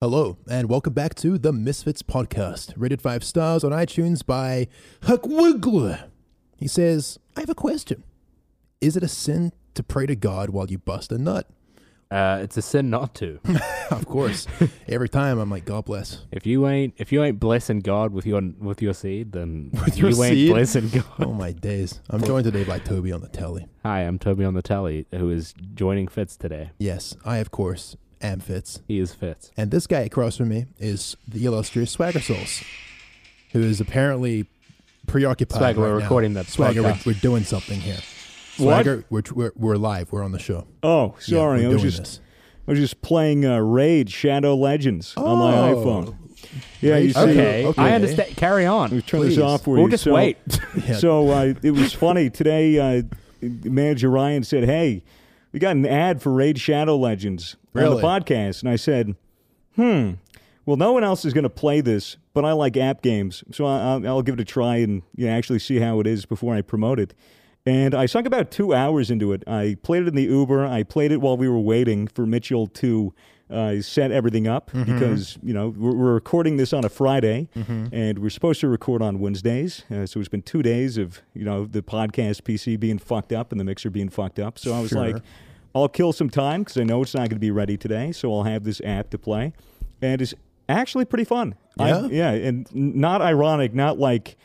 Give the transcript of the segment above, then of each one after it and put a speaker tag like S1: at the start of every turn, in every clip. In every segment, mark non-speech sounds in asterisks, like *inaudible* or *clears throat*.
S1: Hello, and welcome back to the Misfits podcast, rated five stars on iTunes by Huck Wiggler. He says, I have a question. Is it a sin to pray to God while you bust a nut? *laughs*
S2: Uh, it's a sin not to.
S1: of
S2: *laughs*
S1: course. Every time I'm like, God bless.
S2: If you ain't if you ain't blessing God with your with your seed, then
S1: With
S2: you
S1: your
S2: ain't
S1: seed?
S2: blessing God.
S1: Oh my days. I'm joined today by Toby on the telly.
S2: Hi, I'm Toby on the tally, who is joining Fitz today.
S1: Yes, I, of course, am Fitz.
S2: He is Fitz.
S1: And this guy across from me is the illustrious Swagger Souls, who is apparently preoccupied.
S2: Swagger,
S1: right
S2: we're
S1: now.
S2: recording that
S1: Swagger, we're,
S2: podcast.
S1: we're doing something here.
S3: What?
S1: Swagger, we're, we're, we're live. We're on the show.
S3: Oh,
S1: Yeah,
S3: sorry.
S1: we're
S3: I was
S1: doing
S3: just
S1: this.
S3: I was just playing uh, Raid Shadow Legends on my
S1: Oh.
S3: iPhone. Yeah,
S1: Raid
S3: you see,
S1: Shadow-
S2: Okay,
S1: okay.
S2: I understand. Carry on.
S3: we turn
S1: Please.
S3: this off. For
S2: We'll
S3: you.
S2: just
S3: so, *laughs*
S2: wait.
S3: so uh, it was funny today. Uh, Manager Ryan said, "Hey, we got an ad for Raid Shadow Legends on
S1: Really?
S3: the podcast," and I said, "Hmm." Well, no one else is going to play this, but I like app games, so I, I'll, I'll give it a try and you know, actually see how it is before I promote it. And I sunk about two hours into it. I played it in the Uber. I played it while we were waiting for Mitchell to uh, set everything up because you know we're, we're recording this on a Friday, and we're supposed to record on Wednesdays. Uh, so it's been two days of you know the podcast PC being fucked up and the mixer being fucked up. So I was
S1: Sure.
S3: like, I'll kill some time because I know it's not going to be ready today, so I'll have this app to play, and it's actually pretty fun. I-
S1: Yeah?
S3: yeah, and n- not ironic, not like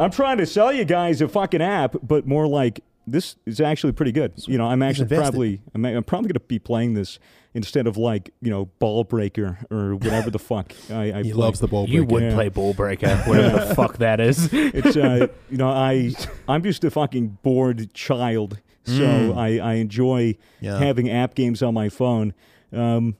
S3: I'm trying to sell you guys a fucking app, but more like this is actually pretty good. You know, I'm actually
S1: invested.
S3: probably I'm, I'm probably going to be playing this instead of like you know ball breaker or whatever
S1: *laughs*
S3: the fuck I, I
S1: He
S3: play.
S1: loves the ball
S2: you
S1: breaking.
S2: would
S3: yeah.
S2: play ball breaker, whatever the fuck that is.
S3: It's uh,
S1: *laughs*
S3: you know, I I'm just a fucking bored child, so
S1: Hmm.
S3: I I enjoy
S1: Yeah.
S3: having app games on my phone. Um,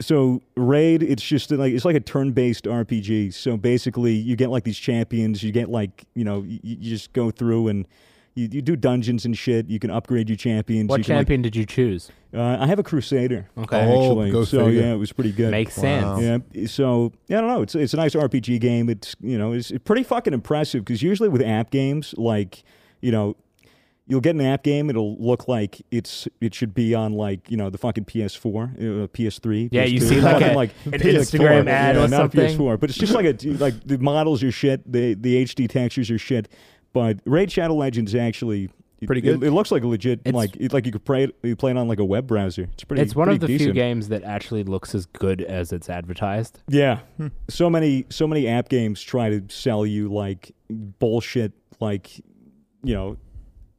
S3: so raid, it's just like it's like a turn-based RPG. So basically, you get like these champions. You get like you know, you, you just go through and. You, you do dungeons and shit. You can upgrade your champions.
S2: What
S3: you can, like,
S2: champion did you choose?
S3: uh, I have a Crusader.
S2: Okay.
S1: Oh,
S3: actually.
S1: go
S3: so
S1: figure.
S3: yeah, it was pretty good.
S2: Makes
S1: Wow.
S2: sense.
S3: Yeah. So yeah, I don't know. It's it's a nice RPG game. It's you know it's pretty fucking impressive because usually with app games like you know you'll get an app game it'll look like it's it should be on like you know the fucking PS4, uh, PS3.
S2: Yeah, you
S3: PS2. *laughs*
S2: see, like,
S3: Fucking,
S2: a- an Instagram ad
S3: yeah,
S2: or
S3: not
S2: something.
S3: PS4, but it's just like
S2: *laughs*
S3: a like the models are shit. The the HD textures are shit. But Raid Shadow Legends actually.
S1: Pretty
S3: it-
S1: good.
S3: It, looks like a legit,
S2: It's-
S3: like it, like you could play it, you play it on like a web browser. It's pretty.
S2: It's one of the
S3: pretty decent.
S2: few games that actually looks as good as it's advertised.
S3: Yeah.
S1: Hmm.
S3: So many so many app games try to sell you like bullshit like you know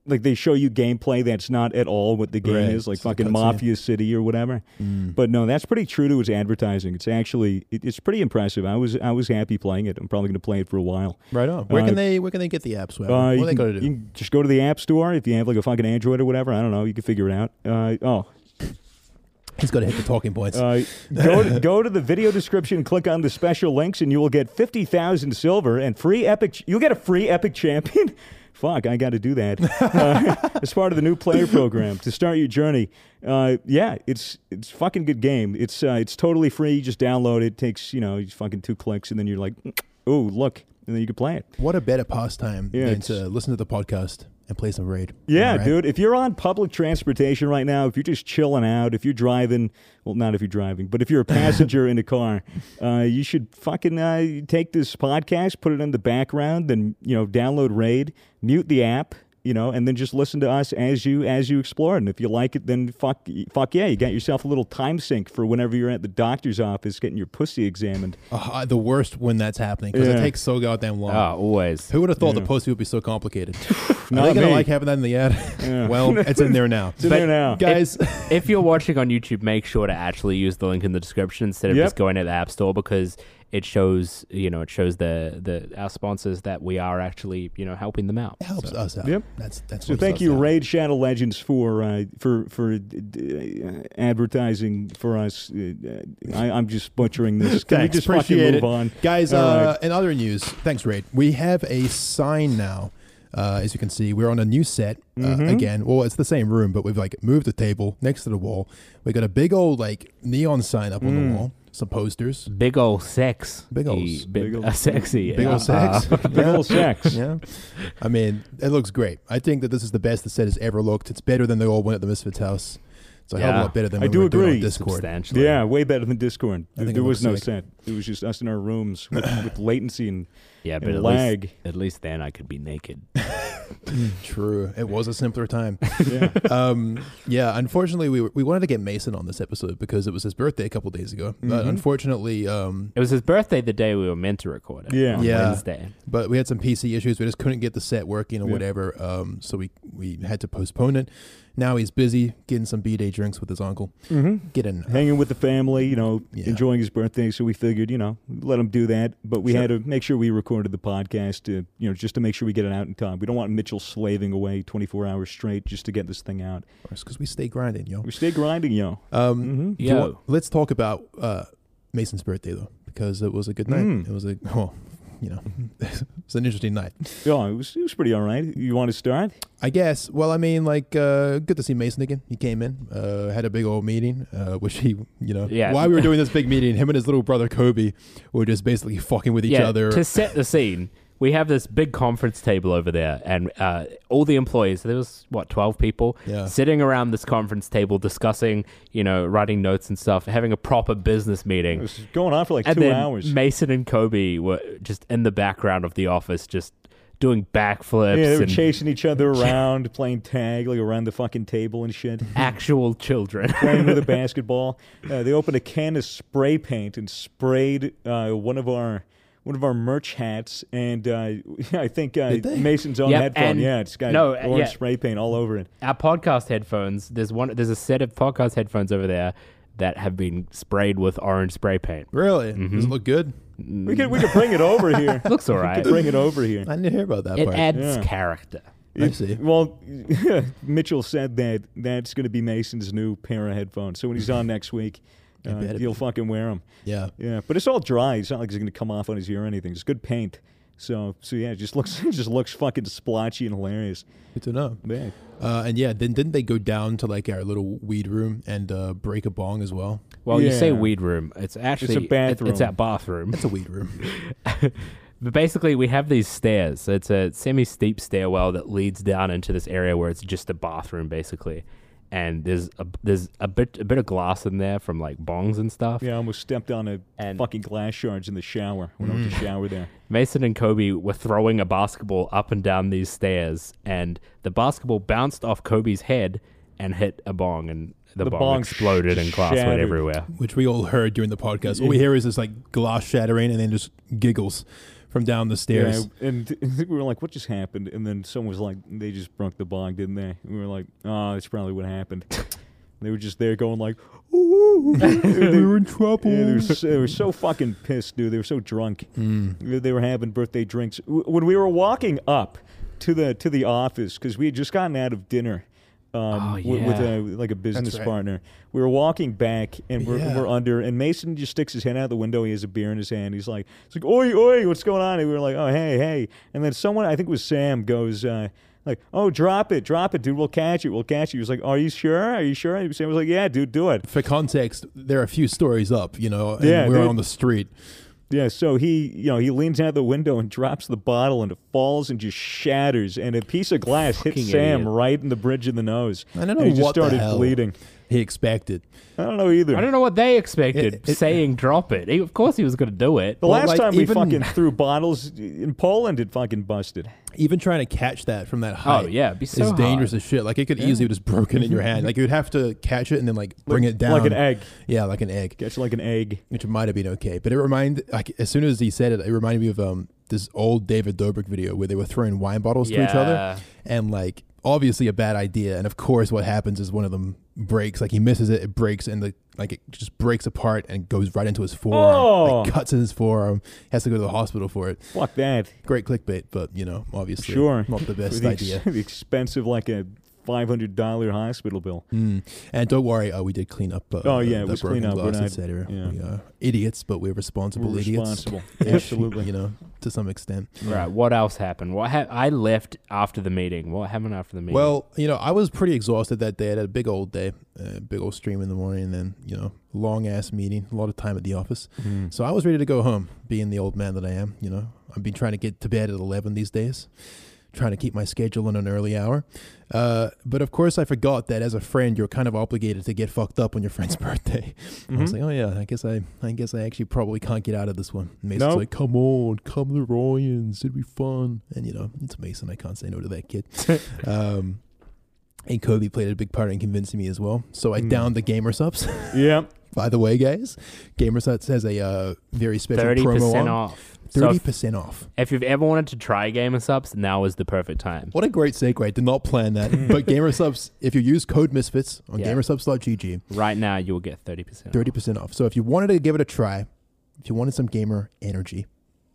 S3: like they show you gameplay that's not at all what the game
S1: Right.
S3: is, like
S1: It's a
S3: fucking
S1: cutscene. Mm.
S3: Mafia City or whatever. But no, that's pretty true to its advertising. It's actually it, it's pretty impressive. I was I was happy playing it. I'm probably going to play it for a while.
S1: Right on. Where
S3: Uh,
S1: can they where can they get the app, Swagger? what
S3: Uh, you
S1: do they
S3: can-
S1: got to
S3: you
S1: do?
S3: can just go to the app store if you have like a fucking Android or whatever. I don't know. You can figure it out. Uh, oh,
S1: He's got to hit the talking points.
S3: Uh, go, to, go to the video description, click on the special links, and you will get 50,000 silver and free epic. ch- You'll get a free epic champion. *laughs* Fuck, I got to do that uh, *laughs* as part of the new player program to start your journey. Uh, yeah, it's it's fucking good game. It's uh, it's totally free. You just download it. Takes you know fucking two clicks, and then you're like, oh look, and then you can play it.
S1: what a better pastime
S3: Yeah,
S1: than
S3: it's-
S1: to listen to the podcast and play some raid.
S3: Yeah,
S1: Am I right?
S3: dude. If you're on public transportation right now, if you're just chilling out, if you're driving, well, not if you're driving, but if you're a passenger in a car, uh, you should fucking uh, take this podcast, put it in the background, then you know, download Raid, mute the app, you know, and then just listen to us as you as you explore it. And if you like it, then fuck, fuck yeah, you got yourself a little time sink for whenever you're at the doctor's office getting your pussy examined.
S1: Uh, I- the worst when that's happening because it
S3: Yeah.
S1: takes so goddamn long.
S2: Ah, always.
S1: Who would have thought the
S3: Yeah.
S1: post would be so
S3: *laughs*
S1: complicated? Are they
S3: Not
S1: gonna
S3: me.
S1: like having that in the ad? *laughs*
S3: Yeah.
S1: well, it's in there now.
S3: It's in
S2: But-
S3: there now.
S1: Guys,
S2: if you're watching on YouTube, make sure to actually use the link in the description instead of
S3: Yep.
S2: just going to the app store because it shows, you know, it shows the the our sponsors that we are actually, you know, helping them out.
S1: it helps us out.
S3: Yep.
S1: That's that's
S3: So
S1: what
S3: thank
S1: us
S3: you,
S1: out.
S3: Raid Shadow Legends, for uh, for for d- d- uh, advertising for us. Uh, I, I'm just butchering this. Can
S1: Thanks,
S3: we just fucking
S1: appreciate it. *laughs*
S3: move on,
S1: Guys,
S3: All
S1: uh,
S3: right.
S1: in other news, thanks, Raid. We have a sign now. Uh, as you can see, we're on a new set uh,
S3: Mm-hmm.
S1: again. Well, it's the same room, but we've like moved the table next to the wall. We got a big old like neon sign up on the
S3: Mm.
S1: wall, some posters,
S2: Big ol' sex.
S1: Big ol' s-
S2: E- bi-
S3: big ol'
S2: uh, *laughs* sexy.
S1: big
S2: uh,
S1: old sex.
S2: uh,
S3: *laughs* Big ol' sex.
S1: Yeah, I mean, it looks great. I think that this is the best the set has ever looked. It's better than the old one at the Misfits house. It's a hell of a
S2: Yeah.
S1: lot better than
S3: I
S1: what
S3: do
S1: we were doing
S3: agree.
S1: on Discord.
S2: substantially.
S3: Yeah, way better than Discord.
S1: I think
S3: There,
S1: it
S3: there was no
S1: looks
S3: set. It was just us in our rooms
S1: *laughs*
S3: with, with latency and
S2: yeah, but
S3: and
S2: at
S3: lag.
S2: least at least then I could be naked.
S1: True. It was a simpler time. *laughs*
S3: yeah.
S1: um, yeah, unfortunately, we, were, we wanted to get Mason on this episode because it was his birthday a couple days ago. But
S3: Mm-hmm.
S1: unfortunately, um,
S2: It was his birthday the day we were meant to record it.
S3: Yeah.
S2: on
S1: Yeah.
S2: Wednesday.
S1: but we had some PC issues. We just couldn't get the set working or
S3: Yeah.
S1: whatever. Um, so we, we had to postpone it. Now he's busy getting some B Day drinks with his uncle.
S3: Mhm.
S1: Getting.
S3: Hanging with the family, you know,
S1: Mm-hmm. Yeah.
S3: enjoying his birthday. So we figured, you know, let him do that. But we
S1: Sure.
S3: had to make sure we recorded the podcast, to, you know, just to make sure we get it out in time. We don't want Mitchell slaving away 24 hours straight just to get this thing out.
S1: Because we stay grinding, yo.
S3: We stay grinding, yo.
S1: Um,
S3: Mm-hmm.
S1: Do you
S2: Yo.
S1: want- let's talk about uh, Mason's birthday though, because it was a good night.
S3: Mm.
S1: It was a well, you know, *laughs* it's an interesting night,
S3: Yeah, it was, it was pretty all right. You want to start?
S1: I guess. Well, I mean, like, uh, good to see Mason again. He came in, uh, had a big old meeting, uh, which he, you know,
S2: Yeah.
S1: while we were doing this big meeting, him and his little brother Kobe were just basically fucking with each
S2: yeah,
S1: other.
S2: To set the scene, we have this big conference table over there, and uh, all the employees. There was what twelve people
S1: Yeah.
S2: sitting around this conference table discussing, you know, writing notes and stuff, having a proper business
S3: It
S2: meeting.
S3: was going on for like
S2: And
S3: two
S2: then
S3: hours.
S2: Mason and Kobe were just in the background of the office, just doing backflips
S3: Yeah, they were
S2: and
S3: chasing each other around, playing tag, like around the fucking table
S2: *laughs*
S3: and shit,
S2: *laughs* actual children. *laughs*
S3: playing with a basketball. Uh, they opened a can of spray paint and sprayed uh, one of our one of our merch hats, and uh, *laughs* I think uh,
S1: Did they?
S3: Mason's own
S2: Yep,
S3: headphone.
S2: and-
S3: Yeah, it's got
S2: no, uh,
S3: orange
S2: yeah.
S3: spray paint all over it.
S2: Our podcast headphones. There's one. There's a set of podcast headphones over there that have been sprayed with orange spray
S3: *laughs*
S2: paint.
S1: really,
S2: Mm-hmm.
S1: does it look good?
S3: We could
S2: Mm.
S3: we could bring it over
S2: *laughs*
S3: here.
S2: Looks all
S3: We
S2: right.
S3: could bring it over here.
S1: I didn't hear about that
S2: It
S1: part.
S2: adds
S3: Yeah.
S2: character.
S1: I see.
S3: Well, *laughs* Mitchell said that that's going to be Mason's new pair of headphones. So when
S1: *laughs*
S3: he's on next week, uh,
S1: bet it-
S3: you'll fucking wear them.
S1: Yeah.
S3: Yeah, but it's all dry. It's not like it's going to come off on his ear or anything. It's good paint. So, so yeah, it just looks *laughs* it just looks fucking splotchy and hilarious.
S1: Good to know.
S3: Yeah.
S1: Uh, and yeah, then didn't they go down to like our little weed room and uh, break a bong as well?
S2: Well, you say
S3: Yeah.
S2: weed room. It's actually it-
S3: bathroom.
S2: It's that bathroom.
S1: It's a weed room. *laughs*
S2: but basically, we have these stairs. It's a semi-steep stairwell that leads down into this area where it's just a bathroom, basically. And there's a there's a bit a bit of glass in there from like bongs and stuff.
S3: Yeah, I almost stepped on a
S2: And-
S3: fucking glass shards in the shower when I went
S1: Mm.
S3: to
S1: *laughs*
S3: shower there.
S2: Mason and Kobe were throwing a basketball up and down these stairs, and the basketball bounced off Kobe's head and hit a bong, and the,
S3: The
S2: bong,
S3: bong sh-
S2: exploded and glass
S3: shattered.
S2: went everywhere.
S1: which we all heard during the podcast. All we hear is this like glass shattering and then just giggles from down the
S3: Yeah,
S1: stairs.
S3: and *laughs* we were like, "What just happened?" And then someone was like, "They just broke the bong, didn't they?" And we were like, "Oh, that's probably what happened."
S1: *laughs*
S3: they were just there going like, "Ooh, *laughs*
S1: we were in trouble.
S3: Yeah, they, were so, they were so fucking pissed, dude. They were so drunk. They- They were having birthday drinks. W- When we were walking up to the to the office, because we had just gotten out of dinner um,
S2: Oh,
S3: wi- with,
S2: yeah.
S3: a, like a business
S1: right.
S3: partner, we were walking back and we're,
S1: Yeah.
S3: we're under, and Mason just sticks his head out the window. He has a beer in his hand. He's like, "It's like, oi, oi, what's going on?" And we were like, "Oh, hey, hey." And then someone, I think it was Sam, goes. Uh, like, oh, drop it, drop it, dude. We'll catch it. We'll catch it. He was like, are you sure? Are you sure? And Sam was like, yeah, dude, do it.
S1: For context, there are a few stories up, you know, and
S3: Yeah,
S1: we were
S3: they're-
S1: on the street.
S3: Yeah, so he, you know, he leans out the window and drops the bottle, and it falls and just shatters, and a piece of glass hits
S2: Fucking
S3: Sam
S2: idiot.
S3: right in the bridge of the nose.
S1: I don't
S3: and
S1: know
S3: he just
S1: what the
S3: started
S1: hell
S3: bleeding.
S1: he expected.
S3: I don't know either.
S2: I don't know what they expected.
S1: It- it-
S2: saying drop it. He, of course, he was going to do it.
S3: the
S1: Well,
S3: last
S1: like,
S3: time we
S1: even- *laughs*
S3: fucking threw bottles in Poland, it fucking busted.
S1: Even trying to catch that from that height
S2: yeah, it'd be so
S1: is
S2: hard.
S1: dangerous as shit. Like it could easily just broken in your hand. Like you'd have to catch it and then like bring it down
S3: Like an egg.
S1: Yeah, like an egg.
S3: Gets like an egg.
S1: which might have been okay. But it reminded, like, as soon as he said it, it reminded me of um this old David Dobrik video where they were throwing wine bottles to each
S2: Yeah.
S1: other, and like obviously a bad idea. And of course, what happens is one of them breaks. Like he misses it, it breaks, and the like it just breaks apart and goes right into his forearm.
S3: Oh.
S1: Like, cuts in his forearm. Has to go to the hospital for it.
S3: Fuck
S1: *laughs*
S3: that.
S1: Great clickbait, but you know, obviously,
S3: Sure.
S1: not the
S3: *laughs*
S1: best
S3: the, ex-
S1: idea.
S3: the expensive, like a five hundred dollar hospital bill.
S1: Mm. And don't worry, uh, we did clean up. Uh,
S3: Oh, yeah,
S1: the
S3: it was
S1: broken
S3: clean up. We're
S1: glass,
S3: not-
S1: etc.
S3: yeah.
S1: We are idiots, but we're responsible
S3: We're
S1: idiots. *laughs*
S3: responsible. *laughs*
S1: Ish,
S3: Absolutely.
S1: you know, to some extent.
S2: Right. What else happened? What ha- I left after the meeting. What happened after the meeting?
S1: Well, you know, I was pretty exhausted that day. I had a big old day, uh, big old stream in the morning, and then you know, long ass meeting, a lot of time at the office. So I was ready to go home, being the old man that I am. You know, I've been trying to get to bed at eleven these days, trying to keep my schedule in an early hour. Uh, but of course, I forgot that as a friend, you're kind of obligated to get fucked up on your friend's *laughs* birthday.
S3: Mm-hmm.
S1: I
S2: Mm-hmm.
S1: was like, oh yeah, I guess I, I guess I actually probably can't get out of this one. And Mason's
S3: Nope.
S1: like, come on, come to Ryan's, it'd be fun. And you know, it's Mason. I can't say no to
S2: *laughs*
S1: that kid. um, and Kobe played a big part in convincing me as well. So
S2: Mm.
S1: I downed the gamer subs. *laughs*
S3: Yeah.
S1: By the way, guys, gamer subs has a uh, very special
S2: Thirty
S1: promo on.
S2: percent off. So
S1: Thirty
S2: if,
S1: percent off.
S2: if you've ever wanted to try Gamer Subs, now is the perfect time.
S1: What a great segue. I did not plan
S2: *laughs*
S1: that. but gamer subs, if you use code misfits on
S2: Yeah.
S1: gamersubs.gg,
S2: Right now, you will get thirty percent.
S1: thirty percent off. So if you wanted to give it a try, if you wanted some gamer energy,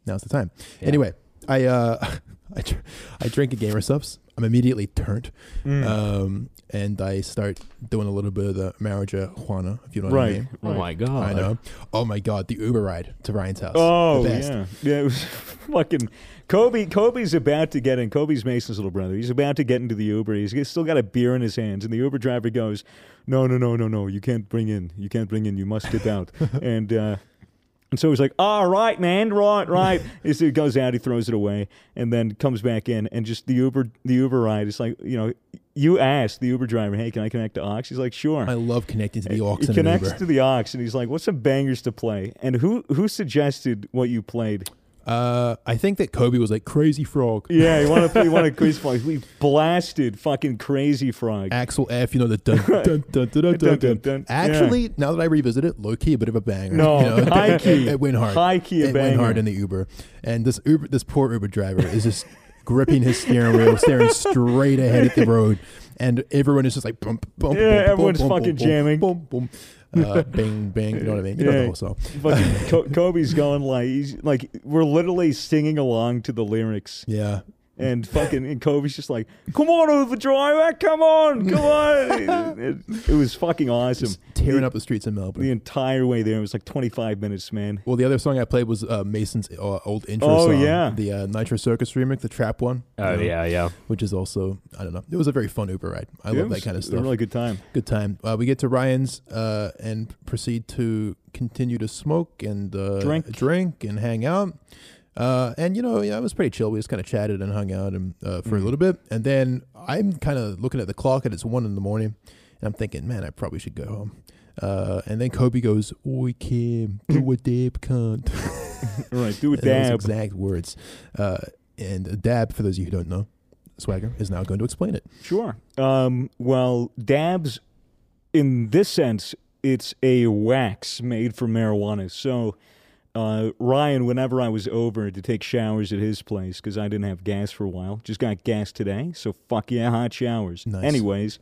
S1: now's the time.
S2: Yeah.
S1: Anyway, I uh, *laughs* I, dr- I drink a gamer subs. I'm immediately turned,
S3: Hmm. Mm.
S1: um, and I start doing a little bit of the marijuana, if you know what I
S3: Right.
S1: mean.
S2: Oh my god!
S1: I know. Oh my god, the Uber ride to Ryan's house.
S3: Oh
S1: the best.
S3: yeah, yeah. It was *laughs* fucking Kobe. Kobe's about to get in. Kobe's Mason's little brother. He's about to get into the Uber. He's he's still got a beer in his hands, and the Uber driver goes, "No, no, no, no, no. You can't bring in. You can't bring in. You must get out."
S1: *laughs*
S3: and uh, and so he's like, "All right, man. Right, right."
S1: *laughs*
S3: As he goes out, he throws it away, and then comes back in, and just the Uber the Uber ride. It's like you know, you asked the Uber driver, "Hey, can I connect to Ox?" He's like, "Sure."
S1: I love connecting to the aux
S3: He
S1: and an
S3: connects
S1: Uber.
S3: to the ox and he's like, "What's some bangers to play?" And who who suggested what you played?
S1: Uh, I think that Kobe was like crazy frog.
S3: Yeah, you want to play? You *laughs* want to quiz frog? We blasted fucking crazy frog.
S1: Axel F, you know the
S3: *laughs*
S1: dun dun dun dun dun dun.
S3: Dun,
S1: dun,
S3: dun, dun.
S1: Actually, now that I revisit it, low key a bit of a banger. *laughs*
S3: No,
S1: you know,
S3: high
S1: it-
S3: key.
S1: It, went hard.
S3: High key a
S1: It went hard
S3: banger.
S1: in the Uber, and this Uber, this poor Uber driver is just gripping his steering wheel, staring straight ahead
S3: *laughs*
S1: at the road, and everyone is just like bump bump.
S3: Yeah,
S1: bump, bump,
S3: everyone's
S1: bump,
S3: fucking
S1: bump,
S3: jamming.
S1: Boom boom.
S3: *laughs*
S1: Uh, bing bing. You know what I mean? You know the
S3: Yeah.
S1: whole song.
S3: Fucking Co- Kobe's going like he's like we're literally singing along to the lyrics,
S1: Yeah.
S3: and fucking and Kobe's just like, "Come on, Uber driver, come on, come *laughs* on!" it, it- it was fucking awesome.
S1: Just tearing
S3: the,
S1: up the streets in Melbourne.
S3: the entire way there. It was like twenty five minutes, man.
S1: Well, the other song I played was uh, Mason's uh, old intro
S3: Oh,
S1: song,
S3: yeah.
S1: the uh, Nitro Circus remix, the trap one.
S2: Oh
S1: you know,
S2: yeah, yeah.
S1: which is also I don't know. It was a very fun Uber ride. I
S3: It
S1: love
S3: was
S1: that kind of
S3: A
S1: stuff.
S3: really good time.
S1: good time. Uh, we get to Ryan's uh, and proceed to continue to smoke and uh,
S3: Drink.
S1: drink and hang out. Uh, and you know, yeah, it was pretty chill. We just kind of chatted and hung out and uh, for a
S3: Mm.
S1: little bit, and then I'm kind of looking at the clock and it's one in the morning, and I'm thinking, man, I probably should go home. Uh, and then Kobe goes, "Oi, Kim, do
S3: *laughs*
S1: a dab, cunt."
S3: All right, *laughs* do a
S1: And those
S3: dab.
S1: exact words. Uh, and a dab, for those of you who don't know, Swagger is now going to explain it.
S3: Sure. Um, well, dabs, in this sense, it's a wax made from marijuana. So, uh, Ryan, whenever I was over to take showers at his place, because I didn't have gas for a while, just got gas today. So, fuck yeah, hot showers.
S1: Nice.
S3: Anyways,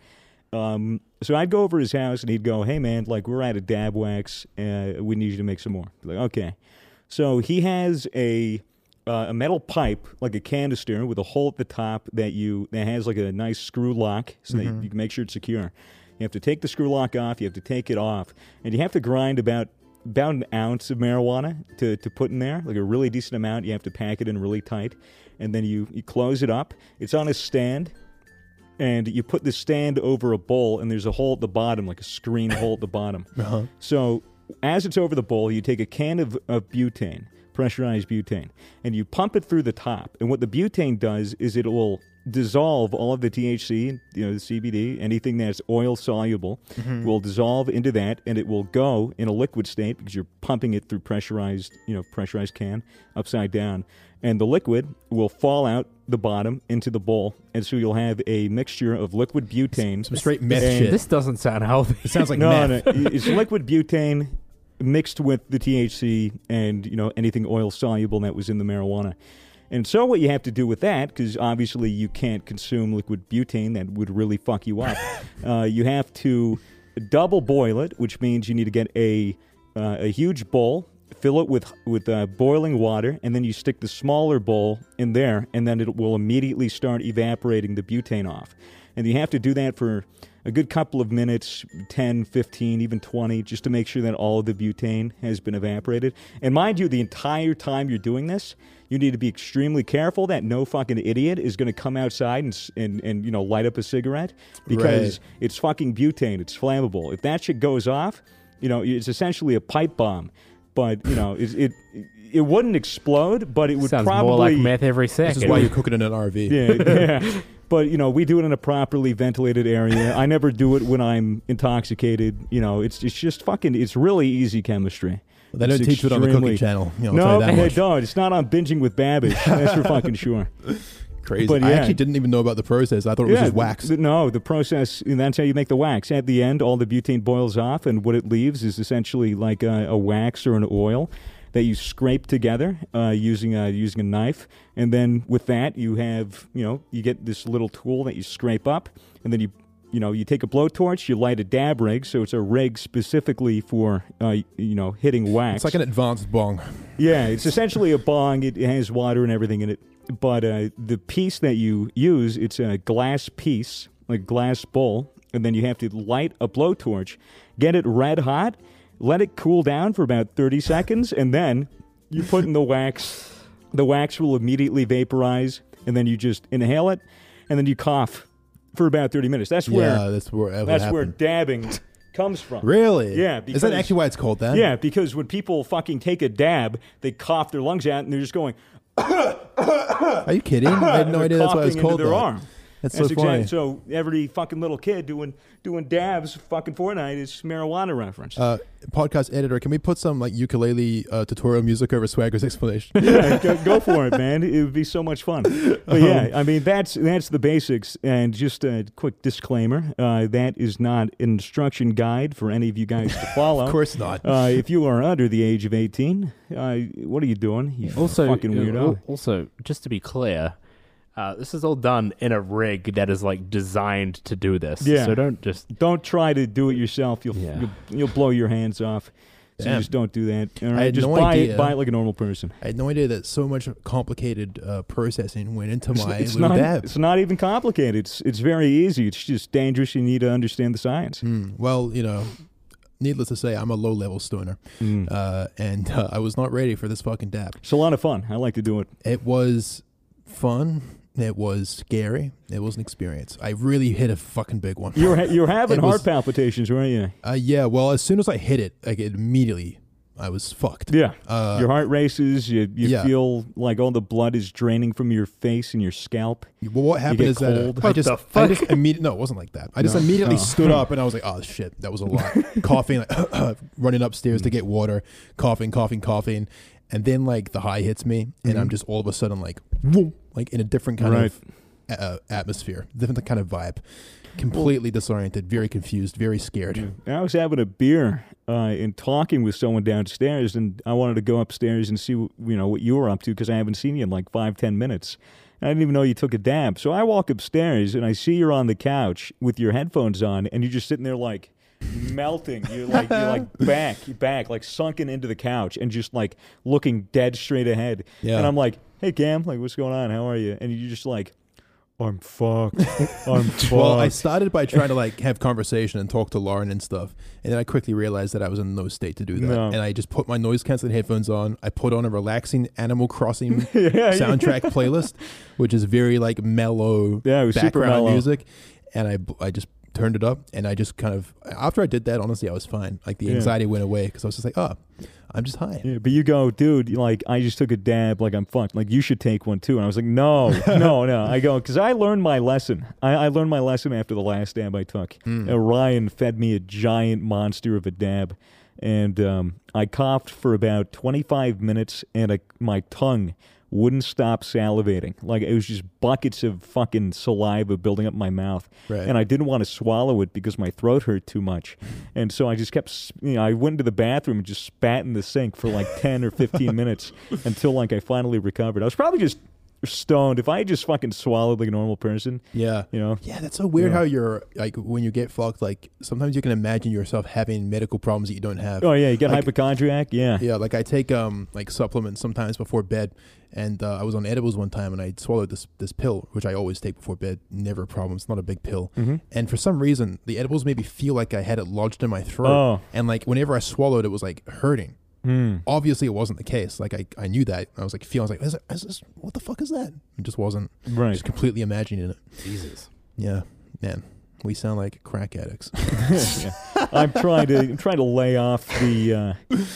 S3: um, so I'd go over to his house and he'd go, hey, man, like, we're out of dab wax. Uh, we need you to make some more. Like, okay. So, he has a uh, a metal pipe, like a canister with a hole at the top that you that has like a nice screw lock, so that you, you can make sure it's secure. You have to take the screw lock off. You have to take it off, and you have to grind about about an ounce of marijuana to, to put in there, like a really decent amount. You have to pack it in really tight, and then you you close it up. It's on a stand and you put the stand over a bowl, and there's a hole at the bottom, like a screen hole at the bottom.
S1: Uh-huh.
S3: So as it's over the bowl, you take a can of, of butane, pressurized butane, and you pump it through the top. And what the butane does is it will dissolve all of the THC, you know, the CBD, anything that's oil soluble, will dissolve into that, and it will go in a liquid state because you're pumping it through pressurized, you know, pressurized can upside down, and the liquid will fall out the bottom into the bowl, and so you'll have a mixture of liquid butane.
S1: Some straight meth
S3: And-
S1: shit.
S2: This doesn't sound healthy.
S1: It sounds like
S2: *laughs*
S3: no,
S1: meth.
S3: no, it's liquid butane mixed with the THC and you know anything oil soluble that was in the marijuana. And so what you have to do with that, because obviously you can't consume liquid butane, that would really fuck you
S1: *laughs*
S3: up. uh, you have to double boil it, which means you need to get a uh, a huge bowl, fill it with with uh, boiling water, and then you stick the smaller bowl in there, and then it will immediately start evaporating the butane off. And you have to do that for a good couple of minutes 10, 15, even 20, just to make sure that all of the butane has been evaporated. And mind you, the entire time you're doing this, you need to be extremely careful that no fucking idiot is going to come outside and, s- and, and, you know, light up a cigarette because it's fucking butane. It's flammable. If that shit goes off, you know, it's essentially a pipe bomb. but you know, it it, it wouldn't explode, but it would
S2: Sounds
S3: probably
S2: more like meth every second.
S1: This is why you're cooking in an RV.
S3: *laughs* yeah, yeah. But you know, we do it in a properly ventilated area. I never do it when I'm intoxicated. You know, it's it's just fucking. It's really easy chemistry.
S1: They don't
S3: It's
S1: teach it on the cooking
S3: extremely-
S1: channel. You know, I'll tell
S3: No,
S1: you that
S3: they
S1: much.
S3: don't. It's not on binging with Babbage. That's for fucking sure.
S1: Crazy.
S3: But
S1: I
S3: yeah.
S1: actually didn't even know about the process. I thought it was just wax.
S3: th- no, the process. And that's how you make the wax. At the end, all the butane boils off, and what it leaves is essentially like a, a wax or an oil that you scrape together uh, using a using a knife. And then with that, you have you know you get this little tool that you scrape up, and then you you know you take a blowtorch, you light a dab rig, so it's a rig specifically for uh, you know hitting wax.
S1: it's like an advanced bong.
S3: Yeah, it's essentially a bong. It has water and everything in it. But uh, the piece that you use, it's a glass piece, like glass bowl, and then you have to light a blowtorch, get it red hot, let it cool down for about 30 seconds, and then you put in the wax. The wax will immediately vaporize, and then you just inhale it, and then you cough for about 30 minutes. That's where
S1: yeah, that's where that would
S3: that's
S1: happen.
S3: where dabbing comes from.
S1: Really?
S3: Yeah,
S1: is that
S3: because-
S1: actually why it's called that?
S3: Yeah, because when people fucking take a dab, they cough their lungs out and they're just going, uh,
S1: Are you kidding? I had no
S3: *laughs* they're
S1: idea that's why it's
S3: coughing into
S1: called
S3: their
S1: that.
S3: arm.
S1: That's, so
S3: exact-
S1: funny.
S3: So every fucking little kid doing doing dabs, fucking Fortnite is marijuana reference.
S1: uh, podcast editor, can we put some like ukulele uh, tutorial music over Swagger's
S3: *laughs*
S1: explanation?
S3: Yeah, go, uh, go for it, man. It would be so much fun.
S1: Oh.
S3: But yeah, I mean that's that's the basics. And just a quick disclaimer: uh, that is not an instruction guide for any of you
S1: *laughs*
S3: guys to follow.
S1: of course not.
S3: Uh, if you are under the age of 18, uh, what are you doing? You
S2: also,
S3: fucking
S2: uh,
S3: weirdo.
S2: al- Also, just to be clear, uh, this is all done in a rig that is like designed to do this.
S3: Yeah.
S2: So don't just.
S3: Don't try to do it yourself. You'll
S2: Yeah.
S3: you'll, you'll blow your hands off. So
S1: Damn.
S3: you just don't do that. All
S1: I
S3: right,
S1: had
S3: just
S1: no
S3: buy
S1: idea.
S3: it. Buy it like a normal person.
S1: I had no idea that so much complicated uh, processing went into
S3: It's,
S1: my
S3: it's
S1: little
S3: not.
S1: dab.
S3: It's not even complicated. It's it's very easy. It's just dangerous. You need to understand the science.
S1: Mm, well, you know, needless to say, I'm a low level stoner, uh, and uh, I was not ready for this fucking dab.
S3: Hmm. It's a lot of fun. I like to do it.
S1: It was fun. It was scary. It was an experience. I really hit a fucking big one.
S3: You were ha- you were
S1: *laughs*
S3: having
S1: It
S3: heart
S1: was-
S3: palpitations, weren't you?
S1: Uh, yeah. Well, as soon as I hit it, like immediately, I was fucked.
S3: Yeah.
S1: Uh,
S3: your heart races. You you
S1: yeah.
S3: feel like all the blood is draining from your face and your scalp.
S1: Well, what happened
S3: get
S1: is that
S3: cold.
S1: uh, I
S2: What
S1: just,
S2: the
S1: I
S2: fuck?
S1: just immediately no, it wasn't like that. I just immediately
S3: no.
S1: stood
S3: *laughs*
S1: up and I was like, oh shit, that was a lot. coughing, like, *laughs* running upstairs to get water, coughing, coughing, coughing, and then like the high hits me, and
S3: Mm-hmm.
S1: I'm just all of a sudden like, whoom, like in a different kind
S3: Right.
S1: of uh, atmosphere, different kind of vibe, completely disoriented, very confused, very scared.
S3: I was having a beer uh, and talking with someone downstairs, and I wanted to go upstairs and see you know what you were up to because I haven't seen you in like five ten minutes. And I didn't even know you took a dab. So I walk upstairs and I see you're on the couch with your headphones on, and you're just sitting there like melting. You're like
S1: *laughs*
S3: you're like back back like sunken into the couch and just like looking dead straight ahead.
S1: Yeah.
S3: And I'm like, hey Cam, like what's going on? How are you? And you're just like.
S1: *laughs*
S3: I'm fucked. I'm fucked. *laughs*
S1: Well, I started by trying to like have conversation and talk to Lauren and stuff, and then I quickly realized that I was in no state to do that,
S3: No.
S1: and I just put my noise canceling headphones on. I put on a relaxing Animal
S3: *laughs*
S1: Crossing soundtrack playlist, which is very like mellow
S3: Yeah, it was super
S1: background
S3: mellow.
S1: music, and I bl- I just turned it up, and I just kind of after I did that, honestly, I was fine. Like the
S3: Yeah.
S1: anxiety went away because I was just like, oh, I'm just high.
S3: *laughs* Yeah, but you go, dude. you Like I just took a dab. Like I'm fucked. Like you should take one too. And I was like, no, no, no. I go because I learned my lesson. I, I learned my lesson after the last dab I took. Uh, Ryan fed me a giant monster of a dab, and um, I coughed for about 25 minutes, and I, my tongue wouldn't stop salivating. Like it was just buckets of fucking saliva building up my mouth,
S1: Right.
S3: and I didn't want to swallow it because my throat hurt too much, and so I just kept. s- You know, I went into the bathroom and just spat in the sink for like ten or fifteen minutes until like I finally recovered. I was probably just stoned. If I had just fucking swallowed like a normal person,
S1: Yeah.
S3: you know,
S1: Yeah, that's so weird
S3: Yeah.
S1: how you're like when you get fucked. Like sometimes you can imagine yourself having medical problems that you don't have.
S3: oh yeah, you get
S1: Like-
S3: hypochondriac, yeah.
S1: Yeah, like I take um like supplements sometimes before bed, and uh, I was on edibles one time and I swallowed this this pill which I always take before bed, never a problem. It's not a big pill,
S3: Mm-hmm.
S1: and for some reason the edibles made me feel like I had it lodged in my throat,
S3: Oh. hmm.
S1: and like whenever I swallowed it was like hurting. Obviously, it wasn't the case. Like I, I knew that. I was like feeling I was like, is, is this, what the fuck is that? It just wasn't.
S3: Right.
S1: Just completely imagining it.
S2: Jesus.
S3: *laughs*
S1: Yeah, man, we sound like crack addicts.
S3: Yeah. *laughs* I'm trying to I'm trying to lay off the uh,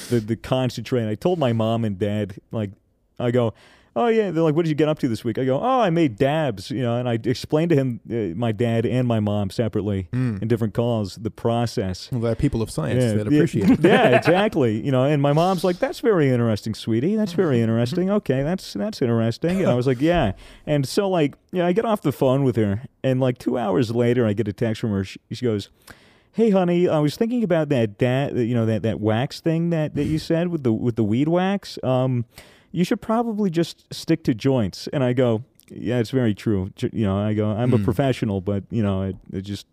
S3: the the concentrate. I told my mom and dad like I go, oh yeah. They're like, what did you get up to this week? I go, oh, I made dabs, you know. And I explained to him, uh, my dad and my mom separately
S1: Mm.
S3: in different calls, the process.
S1: Hmm. Well, there are people of science that
S3: yeah,
S1: appreciate
S3: *laughs*
S1: it.
S3: Yeah, exactly. You know, and my mom's like, "That's very interesting, sweetie.
S1: Mm-hmm.
S3: That's very interesting. Okay, that's that's interesting." And I was like, "Yeah." And so, like, yeah, I get off the phone with her, and like two hours later, I get a text from her. She, she goes, "Hey, honey, I was thinking about that that you know that that wax thing that that you said with the with the weed wax. Um, you should probably just stick to joints." And I go. Yeah, it's very true. J- You know, I go. I'm
S1: Hmm.
S3: a professional, but you know, it, it just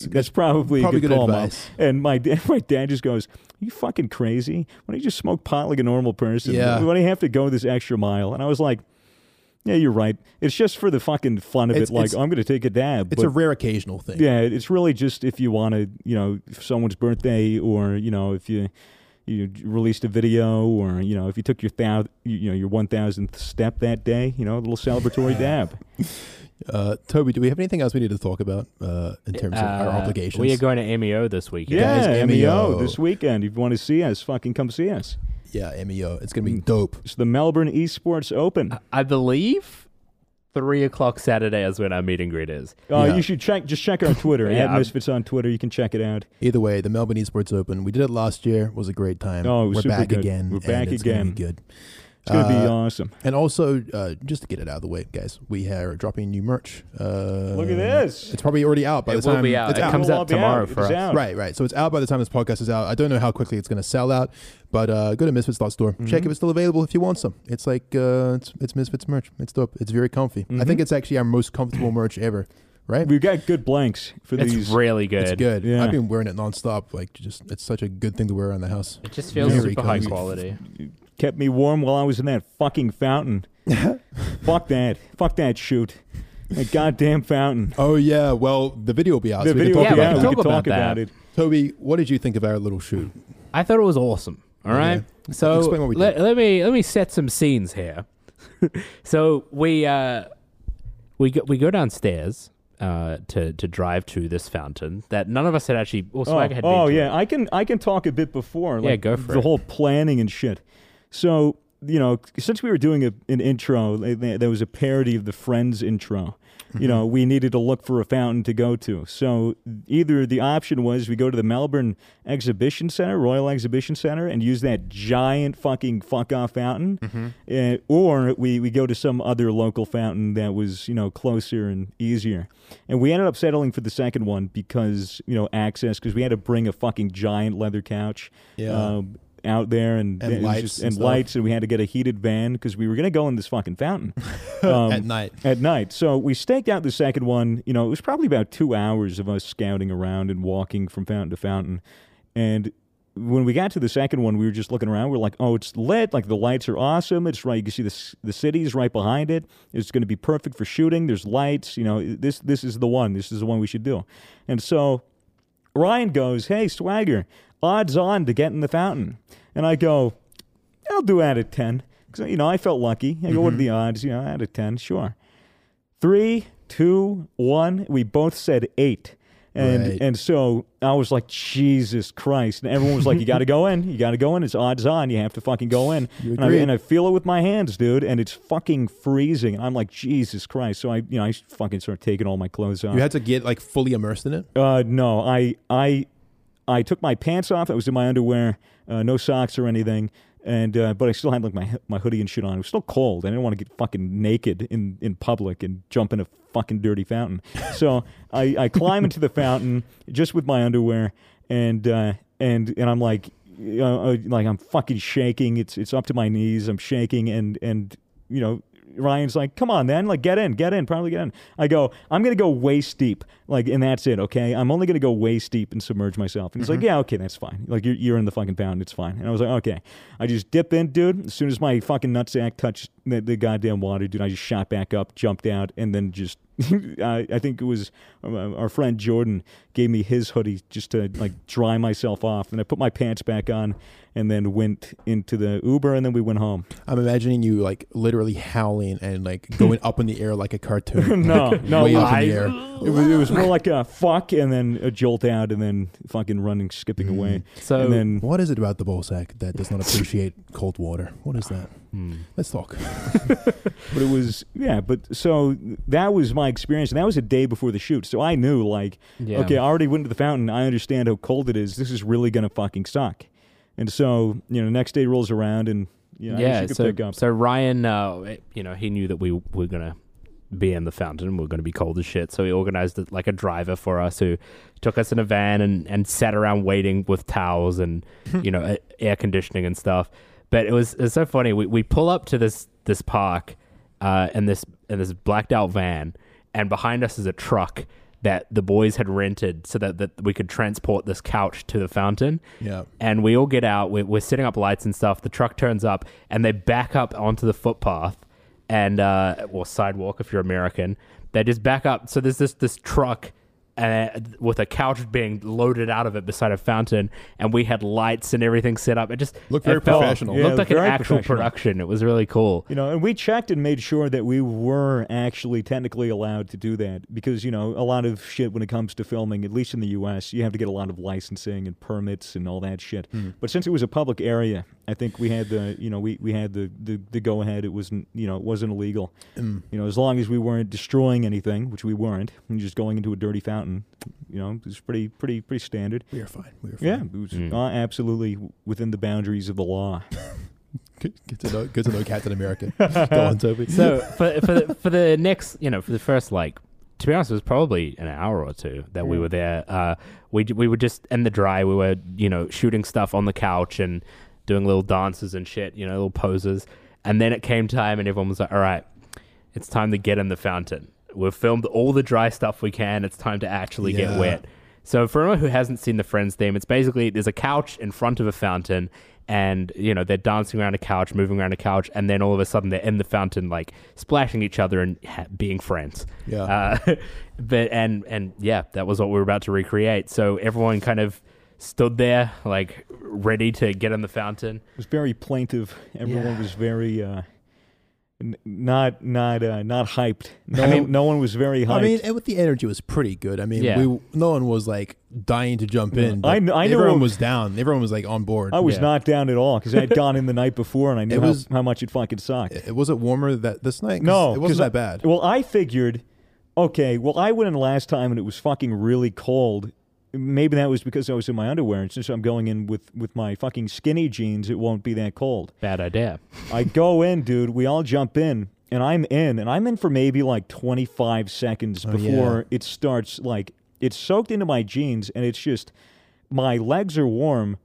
S3: that's probably
S1: probably
S3: a good,
S1: good
S3: call, Mom.
S1: advice.
S3: And my dad, *laughs* my dad just goes, "Are you fucking crazy? Why don't you just smoke pot like a normal person?
S1: Yeah.
S3: Why do you have to go this extra mile?" And I was like, "Yeah, you're right. It's just for the fucking fun of
S1: It's-
S3: it. Like
S1: it's-
S3: I'm going to take a dab."
S1: It's
S3: but
S1: a rare occasional thing.
S3: yeah, it's really just if you want to, you know, if someone's birthday, or you know, if you you released a video, or you know, if you took your thou, you know, your one thousandth step that day, you know, a
S1: *sighs*
S3: little celebratory dab.
S1: Uh, Toby, do we have anything else we need to talk about uh, in terms of our
S2: Uh,
S1: obligations?
S2: We are going to MEO this weekend.
S1: guys,
S3: Yeah,
S1: MEO.
S3: MEO this weekend. If you want to see us, fucking come see us.
S1: yeah, MEO. It's going to be
S2: Mm.
S1: dope.
S3: It's the Melbourne Esports Open.
S2: I believe three o'clock Saturday is when our meet and greet is.
S3: Uh,
S1: Yeah.
S3: You should check. Just check it
S1: *laughs*
S3: on Twitter.
S2: Yeah,
S3: at
S2: I'm-
S3: Misfits on Twitter. You can check it out.
S1: Either way, the Melbourne Esports Open. We did it last year. It was a great time.
S3: Oh, it was
S1: We're
S3: super
S1: back
S3: good.
S1: again.
S3: We're
S1: and
S3: back
S1: it's gonna be
S3: again.
S1: good.
S3: It's gonna
S1: Uh,
S3: be awesome.
S1: And also, uh, just to get it out of the way, guys, we are dropping new merch. Uh,
S3: Look at this.
S1: It's probably already out by
S2: It
S1: the
S2: will
S1: time
S2: be out.
S1: it's
S2: It
S1: out.
S2: comes
S3: It'll
S2: out
S3: all be
S2: tomorrow
S3: out.
S2: for
S3: It's
S2: us.
S3: out.
S1: Right, right. So it's out by the time this podcast is out. I don't know how quickly it's going to sell out, but uh, go to misfits.store.
S3: Mm-hmm.
S1: Check if it's still available if you want some. It's like uh, it's, it's Misfits merch. It's dope. It's very comfy. I
S3: Mm-hmm.
S1: think it's actually our most comfortable merch ever. Right?
S3: We've got good blanks for
S2: It's
S3: these.
S2: really good.
S1: it's good.
S3: Yeah.
S1: I've been wearing it nonstop. Like just, it's such a good thing to wear around the house.
S2: It just feels
S1: Very
S2: super high
S1: cozy.
S2: quality.
S3: kept me warm while I was in that fucking
S1: *laughs*
S3: fountain. Fuck that. Fuck that shoot. That goddamn fountain.
S1: Oh yeah. Well, the video will be out.
S3: The
S1: so
S3: video.
S1: We
S2: Yeah,
S1: can talk
S3: will be
S1: about that.
S2: talk
S3: out. we can talk
S2: about
S3: about
S2: that.
S3: it.
S1: Toby, what did you think of our little shoot?
S2: I thought it was awesome. All right. So
S1: Explain what we
S2: let,
S1: did.
S2: let me let me set some scenes here. *laughs* so we uh, we go, we go downstairs uh, to to drive to this fountain that none of us had actually. Well,
S3: Oh,
S2: Swagger had been
S3: oh,
S2: to.
S3: yeah, I can I can talk a bit before. Like,
S2: go for
S3: the
S2: it.
S3: whole planning and shit. So you know, since we were doing a, an intro, they- they- there was a parody of the Friends intro. You know, we needed to look for a fountain to go to. So either the option was we go to the Melbourne Exhibition Center, Royal Exhibition Center, and use that giant fucking fuck off fountain, Uh, or we, we go to some other local fountain that was you know closer and easier. And we ended up settling for the second one because you know access because we had to bring a fucking giant leather couch
S1: Yeah.
S3: um, out there and
S1: And
S3: it was
S1: lights
S3: just-
S1: and
S3: and,
S1: stuff.
S3: lights, and we had to get a heated van because we were gonna go in this
S1: *laughs*
S3: fucking fountain *laughs* um,
S1: At night.
S3: At night, so we staked out the second one. You know, it was probably about two hours of us scouting around and walking from fountain to fountain, and. When we got to the second one, we were just looking around. We are like, "Oh, it's lit! Like the lights are awesome. It's right. You can see the c- the city's right behind it. It's going to be perfect for shooting. There's lights. You know, this this is the one. This is the one we should do." And so Ryan goes, Hey, Swagger, odds on to get in the fountain. And I go, I'll do out of 10. Because, you know, I felt lucky. I go,
S1: Mm-hmm.
S3: What are the odds? You know, out of 10, sure. Three, two, one. We both said eight. And
S1: Right.
S3: and so I was like, Jesus Christ. And everyone was like, You got to go in. You got to go in. It's odds on. You have to fucking go in. And I,
S1: agreed.
S3: and I feel it with my hands, dude. And it's fucking freezing. And I'm like, Jesus Christ. So I, you know, I fucking start taking all my clothes off.
S1: You had to get like fully immersed in it.
S3: Uh, no, I I I took my pants off. I was in my underwear, uh, no socks or anything, and uh, but I still had like my my hoodie and shit on. It was still cold. I didn't want to get fucking naked in in public and jump in a fucking dirty fountain. So I I climb into the fountain just with my underwear and uh, and and I'm like. you know, uh, like I'm fucking shaking. It's it's up to my knees. I'm shaking, and and you know, Ryan's like, come on, then, like, get in, get in, probably get in. I go, I'm gonna go waist deep, like, and that's it, okay? I'm only gonna go waist deep and submerge myself. And he's like, yeah, okay, that's fine. Like, you're, you're in the fucking pound, it's fine. And I was like, okay. I just dip in, dude. As soon as my fucking nutsack touched the, the goddamn water, dude, I just *laughs* shot back up, jumped out, and then just I, I think it was uh, our friend Jordan gave me his hoodie just to like dry myself off, and I put my pants back on, and then went into the Uber, and then we went home.
S1: I'm imagining you like literally howling and like
S3: *laughs*
S1: going up in the air like a cartoon. *laughs*
S3: No, no,
S1: way up
S3: I-
S1: in the air.
S3: *laughs* It was, it was more like a fuck, and then a jolt out, and then fucking running, skipping away.
S2: Mm. So-
S3: and then
S1: What is it about the ball sack that
S3: *laughs*
S1: does not appreciate cold water? What is that?
S3: Hmm.
S1: Let's talk.
S3: but it was yeah but so that was my experience and that was a day before the shoot so i knew like
S2: Yeah.
S3: okay i already went to the fountain i understand how cold it is this is really gonna fucking suck and so you know next day rolls around and you know, I guess
S2: yeah,
S3: you could
S2: so
S3: pick up.
S2: so Ryan, uh, it- you know, he knew that we were gonna be in the fountain, we are gonna be cold as shit. So he organized it like a driver for us who took us in a van and and sat around waiting with towels
S3: *laughs*
S2: and you know a- air conditioning and stuff. But it was it's so funny. We we pull up to this this park, uh, in this in this blacked out van, and behind us is a truck. That the boys had rented so that, that we could transport this couch to the fountain
S1: Yeah.
S2: and we all get out. We're, we're setting up lights and stuff. The truck turns up, and they back up onto the footpath and uh, or sidewalk if you're American. They just back up. So there's this this truck uh, with a couch being loaded out of it beside a fountain, and we had lights and everything set up. It just
S1: Looked very
S2: it felt-
S1: professional.
S3: Yeah,
S2: looked like an
S3: very
S2: actual
S3: professional.
S2: production. It was really cool.
S3: you know and we checked and made sure that we were actually technically allowed to do that because you know a lot of shit when it comes to filming at least in the us you have to get a lot of licensing and permits and all that shit but since it was a public area i think we had the you know we, we had the, the, the go ahead it wasn't you know it wasn't illegal you know as long as we weren't destroying anything which we weren't and just going into a dirty fountain you know it was pretty pretty pretty standard
S1: We are fine. We are fine.
S3: yeah, it was uh, absolutely within the boundaries of the law.
S1: Good, good to know. Good to know Captain
S3: *laughs*
S1: America. Go on, Toby. *laughs*
S2: So for for the, for the next, you know, for the first like, to be honest, it was probably an hour or two that we were there. Uh, we we were just in the dry. We were you know shooting stuff on the couch and doing little dances and shit, you know, little poses. And then it came time, and everyone was like, "All right, it's time to get in the fountain. We've filmed all the dry stuff we can. It's time to actually
S1: Yeah.
S2: get wet." So for anyone who hasn't seen the Friends theme, it's basically there's a couch in front of a fountain, and you know they're dancing around a couch, moving around a couch, and then all of a sudden they're in the fountain, like splashing each other and ha- being friends.
S1: Yeah.
S2: Uh, *laughs* but and and yeah, that was what we were about to recreate. So everyone kind of stood there, like ready to get in the fountain.
S3: It was very plaintive. Everyone
S2: Yeah.
S3: was very uh, n- not not uh, not hyped.
S1: *laughs*
S3: No,
S2: I mean-
S3: no one was very hyped.
S1: I mean, and with the energy was pretty good. I mean,
S2: Yeah.
S1: we no one was like dying to jump in. but
S3: I kn- I knew-
S1: everyone was down. Everyone was like on board.
S3: I was
S2: yeah.
S3: not down at all
S1: *laughs*
S3: because I had gone in the night before and I knew
S1: It
S3: how,
S1: was-
S3: how much it fucking sucked.
S1: it was it warmer that this night? 'Cause
S3: no,
S1: it
S3: 'cause
S1: wasn't
S3: I-
S1: that bad.
S3: Well, I figured, okay, well, I went in last time and it was fucking really cold. Maybe that was because I was in my underwear, and since I'm going in with, with my fucking skinny jeans, it won't be that cold.
S2: Bad idea.
S3: I go in, dude. We all jump in, and I'm in, and I'm in for maybe like 25
S2: Oh,
S3: seconds before it starts. Like it's soaked into my jeans, and it's just my legs are warm,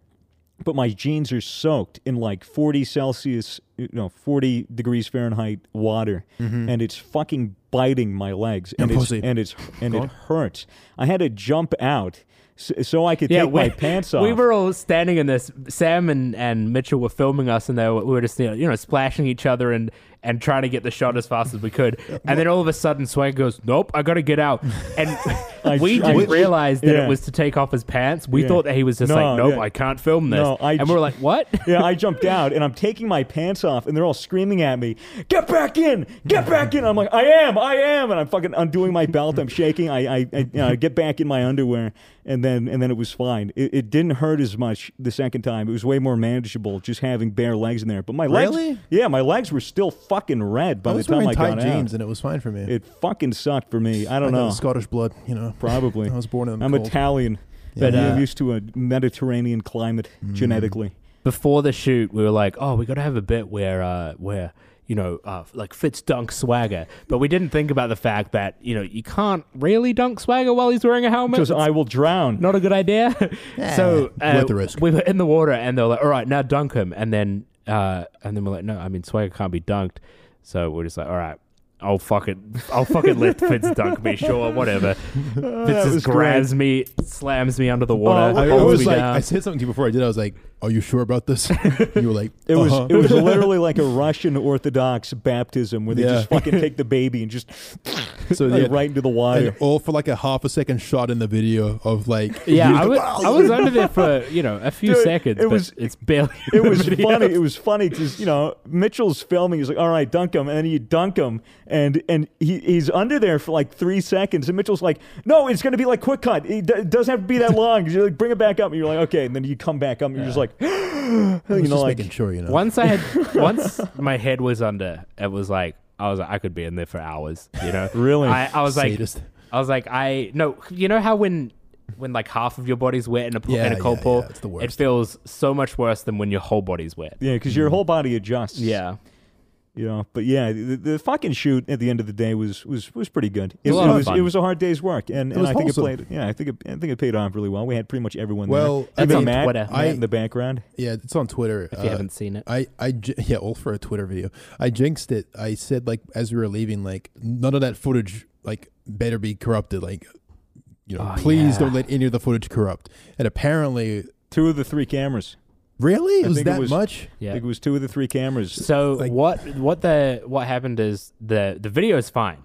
S3: but my jeans are soaked in like 40 Celsius, you know, 40 degrees Fahrenheit water,
S2: Mm-hmm.
S3: and it's fucking biting my legs, and it's
S1: pussy.
S3: and it's and it hurts. I had to jump out so, so I could take my pants off.
S2: *laughs* We were all standing in this. Sam and, and Mitchell were filming us, and they were, we were just you know, you know splashing each other and, and trying to get the shot as fast as we
S3: *laughs*
S2: could. And then all of a sudden, Swag goes, "Nope, I got to get out."
S3: *laughs*
S2: And *laughs* we
S3: I-
S2: didn't
S3: we-
S2: realize that
S3: yeah.
S2: it was to take off his pants. We
S3: Yeah.
S2: thought that he was just
S3: No,
S2: like, "Nope,
S3: yeah.
S2: I can't film this."
S3: No, I
S2: and we were
S3: j-
S2: like, "What?"
S3: *laughs* yeah, I jumped out and I'm taking my pants off and they're all screaming at me, get back in, get back in. I'm like, I am, I am. And I'm fucking undoing my belt. I'm shaking. I, I, I, you know, I get back in my underwear and then, and then it was fine. It, it didn't hurt as much the second time. It was way more manageable just having bare legs in there. But my
S1: Really?
S3: legs, yeah, my legs were still fucking red by
S1: I
S3: the
S1: was
S3: time
S1: wearing
S3: I
S1: tight
S3: got
S1: jeans,
S3: out.
S1: and it was fine for me.
S3: It fucking sucked for me. I
S1: I
S3: don't
S1: got
S3: know.
S1: Scottish blood, you know.
S3: Probably.
S1: *laughs* I was born in. the
S3: I'm
S1: cold.
S3: Italian.
S1: Yeah.
S3: But
S1: Yeah. Mm.
S3: I'm used to a Mediterranean climate genetically.
S2: Before the shoot, we were like, "Oh, we got to have a bit where uh, where." You know, uh, like Fitz dunk swagger, but we didn't think about the fact that you know you can't really dunk swagger while he's wearing a helmet.
S3: Because
S2: It's
S3: I will drown.
S2: not a good idea. *laughs* so uh,
S1: Eh, worth the risk.
S2: we were in the water, and they were like, "All right, now dunk him." And then, uh, and then we're like, "No, I mean Swagger can't be dunked." So we're just like, "All right, I'll fuck it. I'll fucking let
S3: *laughs*
S2: Fitz dunk me. Sure, whatever." Fitz
S3: was
S2: just grabs me, slams me under the water,
S3: Oh,
S1: I, I
S2: holds
S1: was
S2: me
S1: like,
S2: down.
S1: I said something to you before I did. I was like, "Are you sure about this?" *laughs* And you were like,
S3: It was
S1: "Uh-huh." *laughs*
S3: it was literally like a Russian Orthodox baptism where they
S1: Yeah.
S3: just fucking
S1: *laughs*
S3: take the baby and just
S1: so
S3: like,
S1: yeah,
S3: right into the
S1: and *laughs*
S3: water.
S1: all for like a half a second shot in the video of like
S2: Yeah,
S1: you- *laughs*
S2: I was, I was under there for you know a few
S3: Dude,
S2: seconds.
S3: it
S2: It
S3: was-
S2: was it's barely.
S3: It was
S2: video.
S3: funny. It was funny because you know Mitchell's filming. He's like, "All right, dunk him," and then you dunk him, and and he, he's under there for like three seconds, and Mitchell's like, "No, it's going to be like quick cut. It d- it doesn't have to be that long." You're like, "Bring it back up," and you're like, "Okay," and then you come back up, and you're just like, *gasps*
S1: I was
S3: you know,
S1: just
S3: like-
S1: making sure you know.
S2: Once I
S3: *laughs*
S2: had once my head was under, it was like I was like I could be in there for hours. You know,
S3: Really?
S2: I,
S1: *laughs*
S2: I was like,
S1: Sadist.
S2: I was like, I no. You know how when when like half of your body's wet in a pool,
S1: Yeah,
S2: in a cold
S1: yeah,
S2: pool,
S1: yeah, it's the
S2: it
S1: worst.
S2: feels so much worse than when your whole body's wet.
S3: "Yeah," because your whole body adjusts.
S2: Yeah,
S3: you know. But yeah, the, the fucking shoot at the end of the day was was was pretty good. It,
S2: was a lot of
S3: was
S2: fun.
S3: it was a hard day's work, and, and
S1: was
S3: I think
S1: wholesome.
S3: it played. Yeah, I think it, I think it paid off really well. We had pretty much everyone.
S1: Well,
S3: there.
S1: I
S3: even
S2: mean,
S3: Matt,
S2: Twitter.
S3: Matt
S1: I-
S3: in the background.
S1: yeah, it's on Twitter. uh,
S2: if you haven't seen it,
S1: I, I j- yeah, all for a Twitter video. I jinxed it. I said like as we were leaving, like none of that footage like better be corrupted. Like you know,
S2: Oh,
S1: please
S2: yeah.
S1: don't let any of the footage corrupt. And apparently,
S3: Two of the three cameras.
S1: really, it
S3: I
S1: was
S3: think it
S1: that
S3: was-
S1: much.
S3: I
S2: yeah.
S3: think it was two of the three cameras.
S2: So
S1: Like-
S2: what what the what happened is the the video is fine.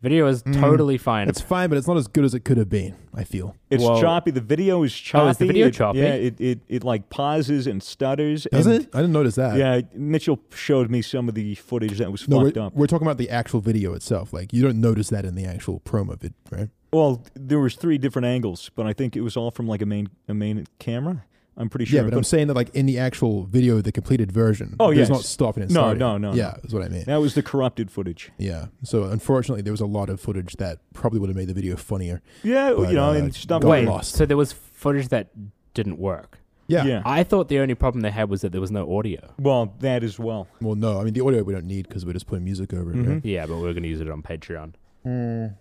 S2: Video is totally fine.
S1: Mm. It's fine, but it's not as good as it could have been. I feel.
S3: It's
S2: Whoa.
S3: choppy. The video is choppy.
S2: Oh, is the video
S3: It-
S2: choppy?
S3: Yeah, it, it, it like pauses and stutters.
S1: Does
S3: and-
S1: it? I didn't notice that.
S3: Yeah, Mitchell showed me some of the footage that was
S1: No,
S3: fucked
S1: we're,
S3: up.
S1: we're talking about the actual video itself. Like you don't notice that in the actual promo vid, right?
S3: Well, there was three different angles, but I think it was all from like a main a main camera. I'm pretty sure.
S1: Yeah, but I'm saying that like in the actual video, the completed version.
S3: Oh,
S1: there's
S3: yes.
S1: not stopping and
S3: No,
S1: starting.
S3: no, no,
S1: Yeah, that's what I mean.
S3: that was the corrupted footage.
S1: Yeah. So unfortunately, there was a lot of footage that probably would have made the video funnier.
S3: Yeah,
S1: But,
S3: you know,
S1: uh,
S3: and stuff.
S1: got
S2: Wait,
S3: Wait,
S1: lost.
S2: so there was footage that didn't work.
S1: Yeah.
S3: yeah.
S2: I thought the only problem they had was that there was no audio.
S3: Well, that as well.
S1: Well, no. I mean, the audio we don't need because we're just putting music over it. Right? Mm.
S2: Yeah, but we're gonna use it on Patreon.
S3: Mm-hmm.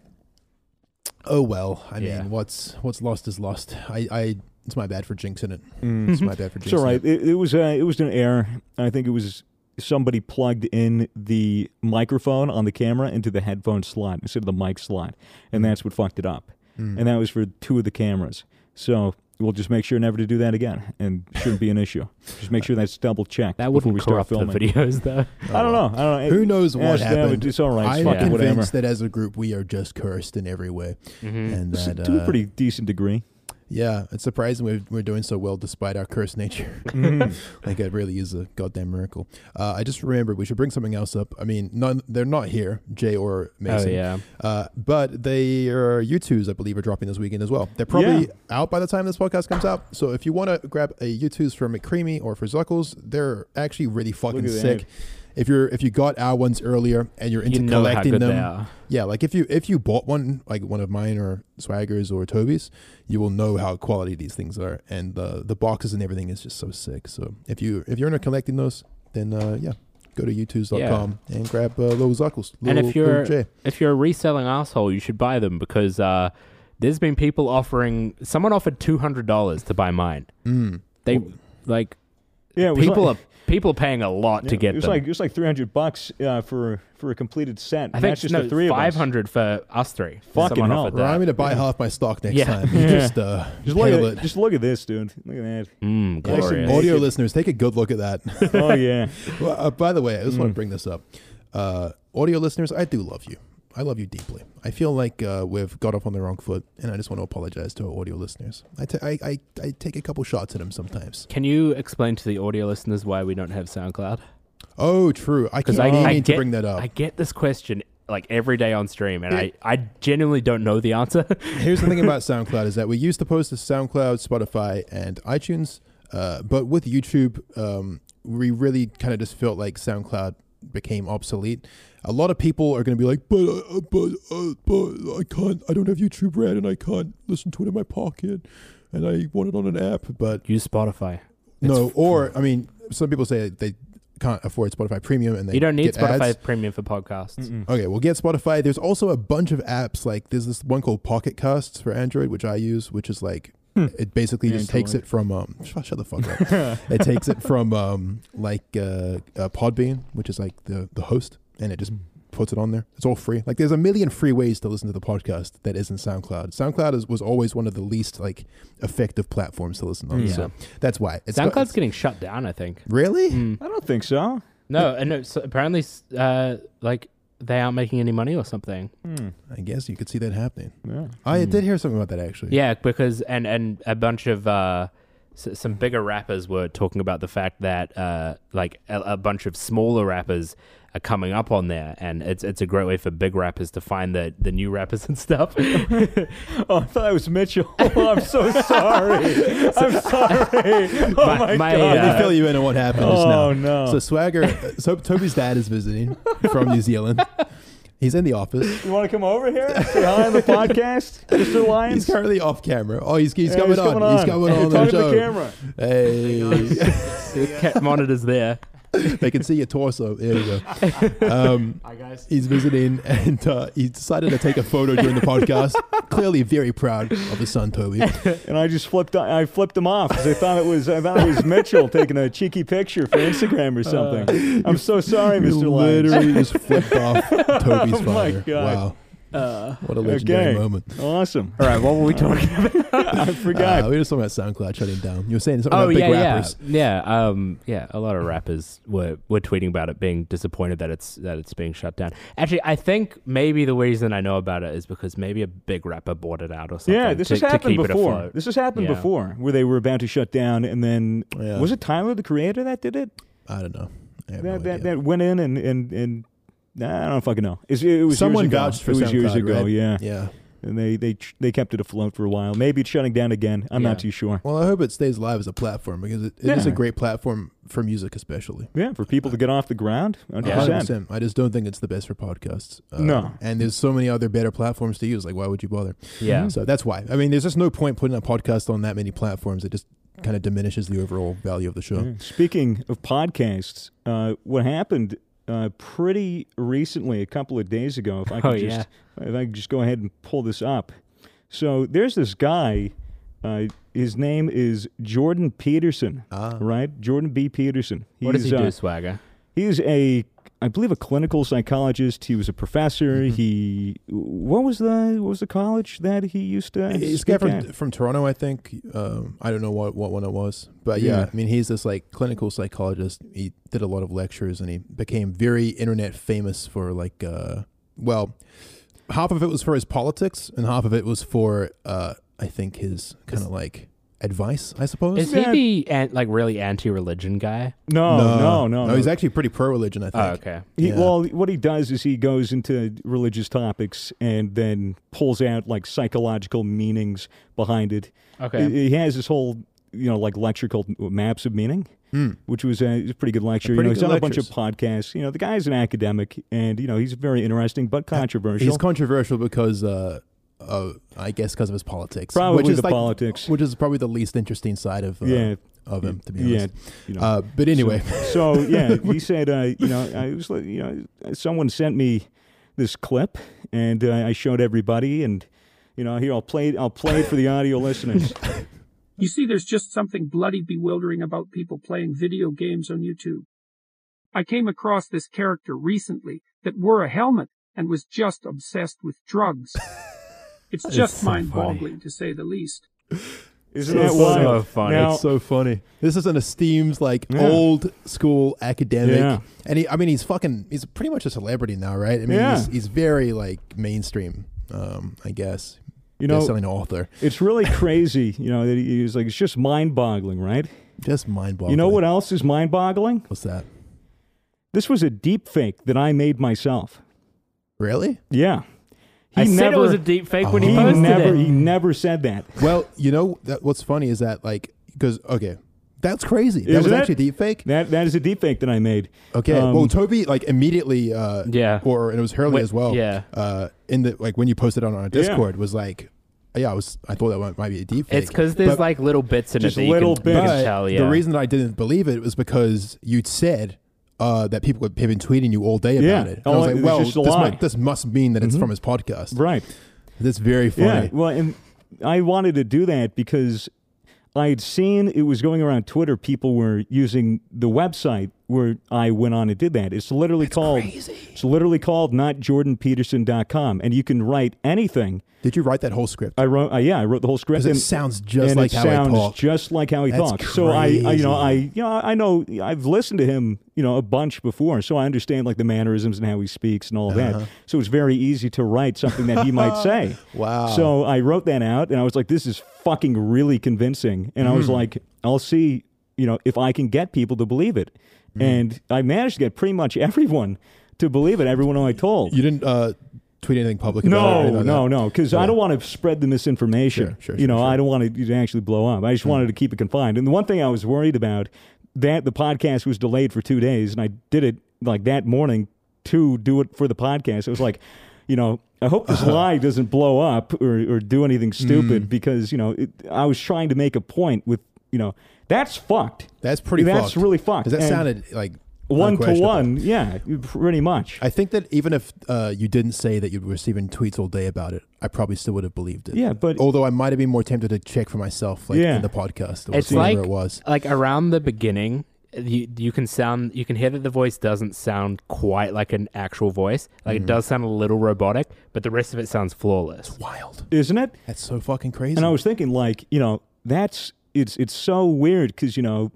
S1: Oh well. I
S2: Yeah.
S1: mean, what's what's lost is lost. I, I it's my bad for jinxing it. It's my bad for jinxing.
S3: Mm-hmm. It's all right.
S1: Hmm. It.
S3: It, it was uh, it was an error. I think it was somebody plugged in the microphone on the camera into the headphone slot instead of the mic slot, and
S1: Hmm.
S3: that's what fucked it up.
S1: Mm.
S3: And that was for two of the cameras. So we'll just make sure never to do that again, and shouldn't be an issue. Just make sure that's double checked
S2: That
S3: before
S2: wouldn't
S3: we start
S2: corrupt the
S3: filming.
S2: videos though. *laughs*
S3: I don't know. I don't know.
S1: Who knows what
S3: Ask them.
S1: happened?
S3: It's all right. It's
S1: I'm
S3: fucking
S1: convinced
S3: whatever.
S1: that as a group we are just cursed in every way,
S2: Mm-hmm.
S1: and
S3: It's
S1: that
S3: to a
S1: uh,
S3: pretty decent degree.
S1: yeah, it's surprising we're, we're doing so well despite our cursed nature. like it really is a goddamn miracle. Uh, I just remembered we should bring something else up. I mean, none they're not here, Jay or Mason.
S2: Oh, yeah.
S1: Uh, but they are U2s, I believe, are dropping this weekend as well. They're probably
S3: Yeah.
S1: out by the time this podcast comes out. So if you want to grab a U2s for McCreamy or for Zuckles, they're actually really fucking
S3: at that.
S1: sick. If you're if you got our ones earlier and you're into
S2: You know how
S1: collecting
S2: good they
S1: them,
S2: are.
S1: yeah, like if you if you bought one like one of mine or Swaggers or Toby's, you will know how quality these things are, and the the boxes and everything is just so sick. So if you if you're into collecting those, then uh, yeah, go to U2s.com and grab uh, little Zuckles.
S2: And
S1: Little,
S2: if you're
S1: little J.
S2: if you're a reselling asshole, you should buy them because uh, there's been people offering. Someone offered two hundred dollars to buy mine.
S1: Hmm.
S2: They like
S3: Yeah, it was
S2: people
S3: like,
S2: are people are paying a lot to get
S3: it was
S2: them.
S3: like it was like three hundred bucks uh, for for a completed set.
S2: I
S3: and
S2: think
S3: that's just
S2: no,
S3: the three of us.
S2: five hundred for us three.
S3: Fucking
S2: Someone
S3: hell.
S2: offered that.
S1: Remind me to buy half my stock next
S2: *laughs* Yeah.
S1: time. You
S3: Yeah.
S1: Just uh,
S3: Just look,
S1: handle
S3: at,
S1: it.
S3: just look at this, dude. Look at that.
S2: Mm,
S1: Yeah, some
S2: glorious.
S1: Audio listeners, take a good look at that. *laughs*
S2: *laughs*
S3: Oh yeah.
S1: Well, uh, by the way, I just want to bring this up. Uh, audio listeners, I do love you. I love you deeply. I feel like uh, we've got off on the wrong foot, and I just want to apologize to our audio listeners. I ta- I- I- I take a couple shots at them sometimes.
S2: Can you explain to the audio listeners why we don't have SoundCloud?
S1: Oh, true. I keep
S2: Because I, I
S1: meaning
S2: get,
S1: to bring that up.
S2: I get this question like every day on stream, and I, I genuinely don't know the answer. *laughs*
S1: Here's the thing about SoundCloud is that we used to post to SoundCloud, Spotify, and iTunes, uh, but with YouTube, um, we really kind of just felt like SoundCloud became obsolete. A lot of people are going to be like, but, uh, uh, but, uh, but I can't, I don't have YouTube Red, and I can't listen to it in my pocket, and I want it on an app, but
S2: Use Spotify.
S1: no, or I mean, some people say they can't afford Spotify Premium, and they
S2: You don't need
S1: get
S2: Spotify
S1: ads.
S2: Premium for podcasts.
S1: Okay, well, get Spotify. There's also a bunch of apps. Like there's this one called Pocket Casts for Android, which I use, which is like
S2: Hmm.
S1: it basically just takes it from um. *laughs* sh- Shut the fuck
S2: *laughs*
S1: up. it
S2: Hmm.
S1: takes it from um like uh, uh Podbean, which is like the the host, and it just puts it on there. It's all free. Like there's a million free ways to listen to the podcast that isn't SoundCloud. SoundCloud is, was always one of the least like effective platforms to listen on.
S2: Hmm. Yeah.
S1: So that's why. It's got-
S2: SoundCloud's Hmm. getting shut down, I
S1: *laughs*
S2: think.
S1: really?
S3: I don't think so.
S2: No, and it's apparently, s- uh, like they aren't making any money or something.
S1: I guess you could see that happening.
S3: Hmm. Yeah.
S1: I did hear something about that actually.
S2: Hmm. Yeah, because and and a bunch of uh, s- some bigger rappers were talking about the fact that uh, like a, a bunch of smaller rappers are coming up on there, and it's it's a great way for big rappers to find the the new rappers and
S1: *laughs*
S2: stuff. *laughs*
S3: Oh, I thought that was Mitchell. *laughs* Oh, I'm so sorry.
S2: *laughs*
S3: I'm sorry. Oh my,
S2: My- my,
S3: god.
S2: uh,
S1: Let me fill you in on what happened just now.
S3: Oh, no.
S1: So
S3: *laughs*
S1: Swagger, uh, so Toby's dad is visiting from New Zealand. He's in the office.
S3: you want to come over here? and Say hi on the podcast, Mr.
S1: *laughs* He's
S3: Lyons.
S1: currently off camera. Oh, he's, he's
S3: Yeah,
S1: coming on. He's coming on
S3: Talk
S1: the
S3: to
S1: show.
S3: the camera.
S1: Hey. *laughs*
S2: Cat monitors there.
S1: they can see your torso. There we
S3: *laughs*
S1: go. Um,
S4: Hi guys.
S1: he's visiting, and uh, he decided to take a photo during the podcast. Clearly, very proud of his son Toby.
S3: And I just flipped. I flipped him off because I thought it was. I thought
S2: *laughs*
S3: it was Mitchell taking a cheeky picture for
S2: Uh,
S3: Instagram or something. I'm so sorry,
S1: You
S3: Mr.
S1: *laughs*
S3: Lyons.
S1: literally just flipped off Toby's
S3: *laughs* Oh my
S1: father.
S3: God.
S1: Wow, what a legendary
S3: okay.
S1: moment.
S3: Awesome.
S2: All right, what were we
S3: *laughs*
S2: talking about?
S3: I forgot.
S1: Uh, we were just talking about SoundCloud shutting down. You were saying something
S2: Oh
S1: about big
S2: yeah,
S1: rappers.
S2: yeah, yeah. Um, yeah. A lot of rappers were were tweeting about it, being disappointed that it's that it's being shut down. Actually, I think maybe the reason I know about it is because maybe a big rapper bought it out or something.
S3: Yeah, this
S2: to,
S3: has
S2: to
S3: happened
S2: keep it
S3: before.
S2: afloat.
S3: This has happened
S2: Yeah. Uh,
S3: before, where they were about to shut down, and then
S1: Yeah.
S3: was it Tyler the Creator that did it?
S1: I don't know. I have
S3: That
S1: no
S3: that,
S1: idea.
S3: that went in and and and nah, I don't fucking know. It's, it was
S1: Someone
S3: years ago.
S1: vouched for
S3: it was years
S1: SoundCloud,
S3: ago,
S1: right?
S3: yeah.
S1: Yeah.
S3: And they they tr- they kept it afloat for a while. Maybe it's shutting down again. I'm
S2: Yeah.
S3: not too sure.
S1: Well, I hope it stays live as a platform because it, it is
S3: Yeah.
S1: a great platform for music, especially.
S3: Yeah, for people to get off the ground, 100%.
S1: 100%. I just don't think it's the best for podcasts. Uh,
S3: No.
S1: And there's so many other better platforms to use. Like, why would you bother?
S3: *laughs*
S2: Yeah.
S1: So that's why. I mean, there's just no point putting a podcast on that many platforms. It just kind of diminishes the overall value of the show.
S3: Yeah. Speaking of podcasts, uh, what happened uh, pretty recently, a couple of days ago, if I could
S2: Oh, yeah.
S3: just if I could just go ahead and pull this up. So there's this guy. Uh, his name is Jordan Peterson,
S1: Ah.
S3: right? Jordan B. Peterson.
S2: What does he
S3: He's,
S2: do,
S3: uh,
S2: Swagger?
S3: He's a, I believe, a clinical psychologist. He was a professor.
S2: Mm-hmm.
S3: He, what was the, what was the college that he used to?
S1: He's
S3: speak
S1: a guy from,
S3: at?
S1: from Toronto, I think. Um, I don't know what, what one it was, but yeah,
S3: Yeah.
S1: I mean, he's this like clinical psychologist. He did a lot of lectures, and he became very internet famous for like, uh, well, half of it was for his politics, and half of it was for, uh, I think, his kind of like advice, I suppose.
S2: Is
S3: that-
S2: he the an, like really anti-religion guy?
S3: No, oh, no, no, no. Uh,
S1: he's actually pretty pro-religion. I think.
S2: Oh, okay.
S3: He,
S1: Yeah.
S3: Well, what he does is he goes into religious topics and then pulls out like psychological meanings behind it.
S2: Okay.
S3: He he has this whole, you know, like lecture called Maps of Meaning, which was a, it's a pretty good lecture.
S1: Hmm. pretty
S3: you know, he's
S1: good
S3: on a bunch of podcasts. You know, the guy's an academic and, you know, he's very interesting but controversial.
S1: He's controversial because, uh, uh, I guess, because of his politics,
S3: Probably
S1: which is
S3: the
S1: like-
S3: politics.
S1: which is probably the least interesting side of uh,
S3: Yeah.
S1: of him, to be
S3: Yeah,
S1: honest.
S3: you know.
S1: uh, but anyway,
S3: So yeah, he said, uh, you know, I was, like- you know, someone sent me this clip, and uh, I showed everybody, and you know, here I'll play, I'll play it for the audio listeners.
S5: You see, there's just something bloody bewildering about people playing video games on YouTube. I came across this character recently that wore a helmet and was just obsessed with drugs. It's just
S2: so
S5: mind boggling to say the least.
S3: Isn't
S2: So
S3: that wild?
S2: so funny.
S3: Now,
S1: it's so funny. This is an esteemed, like
S3: Yeah.
S1: old school academic,
S3: Yeah.
S1: and he, I mean, he's fucking, he's pretty much a celebrity now, right? I mean,
S3: Yeah.
S1: he's, he's very like mainstream, um, I guess.
S3: You know-
S1: best-selling author,
S3: it's really crazy. You know, that he was like, it's just mind-boggling, right?
S1: just mind-boggling.
S3: You know what else is mind-boggling?
S1: What's that?
S3: This was a deep fake that I made myself.
S1: Really?
S3: Yeah, he
S2: I said it was a deep fake when he
S1: Oh.
S3: he
S2: posted
S3: never,
S2: it.
S3: he never said that.
S1: Well, you know that what's funny is that like because okay, that's crazy. That was
S3: Isn't it?
S1: actually deep fake.
S3: That that is a deep fake that I made.
S1: Okay.
S3: Um,
S1: well, Toby like immediately. Uh,
S2: Yeah.
S1: Or and it was Hurley
S2: Wh-
S1: as well.
S2: yeah.
S1: Uh, in the like when you posted it on our
S3: Yeah.
S1: Discord was like, yeah, I was I thought that might- might be a deep fake.
S2: It's because there's
S1: But-
S2: like little bits in
S3: e- Just
S2: it that
S3: little
S2: you can, you can
S3: bits.
S2: tell.
S1: But
S2: Yeah.
S1: The reason that I didn't believe it was because you'd said uh, that people had been tweeting you all day
S3: Yeah.
S1: about it. And I
S3: Oh,
S1: was like,
S3: it was
S1: well,
S3: just a
S1: this,
S3: lie. Mm-hmm.
S1: might, this must mean that it's from his podcast.
S3: Right.
S1: That's very
S3: Yeah,
S1: funny.
S3: well, and I wanted to do that because I had seen it was going around Twitter. People were using the website where I went on and did that. It's literally called it's literally called notjordanpeterson.com and you can write anything.
S1: Did you write that whole script?
S3: I wrote uh, yeah, I wrote the whole script
S1: Because it
S3: and
S1: sounds just
S3: and
S1: like
S3: it
S1: how
S3: sounds
S1: I talk.
S3: just like how he
S1: That's
S3: talks. So I, I you know I
S1: crazy.
S3: you know I know I've listened to him you know a bunch before, so I understand like the mannerisms and how he speaks and all
S1: Uh-huh.
S3: that. So it's very easy to write something that
S1: *laughs*
S3: he might say.
S1: Wow.
S3: So I wrote that out, and I was like, this is fucking really convincing. And I
S1: Hmm.
S3: was like, I'll see you know if I can get people to believe it,
S1: Hmm.
S3: and I managed to get pretty much *laughs* everyone to believe it. Everyone who I told.
S1: you didn't uh, tweet anything public about it or
S3: No,
S1: anything like
S3: no,
S1: that?
S3: no, because I don't want to spread the misinformation.
S1: Sure, sure,
S3: you know,
S1: sure,
S3: I
S1: sure.
S3: don't want it to actually blow up. I just wanted to keep it confined. And the one thing I was worried about that the podcast was delayed for two days, and I did it like that morning to do it for the podcast. It was like, you know, I hope
S1: *laughs* Uh-huh.
S3: this lie doesn't blow up or, or do
S1: Mm.
S3: anything stupid because you know it, I was trying to make a point with you know that's fucked.
S1: That's pretty
S3: That's
S1: fucked.
S3: really fucked.
S1: 'Cause that
S3: And
S1: sounded like
S3: one to
S1: unquestionable.
S3: one. Yeah, pretty much.
S1: I think that even if uh, you didn't say that you were receiving tweets all day about it, I probably still would have believed it.
S3: Yeah, but-
S1: although I might have been more tempted to check for myself, like
S3: Yeah.
S1: in the podcast or
S2: it's
S1: whatever
S2: like
S1: it was.
S2: like around the beginning you you can sound you can hear that the voice doesn't sound quite like an actual voice
S1: Mm-hmm.
S2: like it does sound a little robotic but the rest of it sounds flawless
S1: Wild.
S3: Isn't it?
S1: That's so fucking crazy.
S3: And I was thinking, like, you know, that's it's it's so weird because you know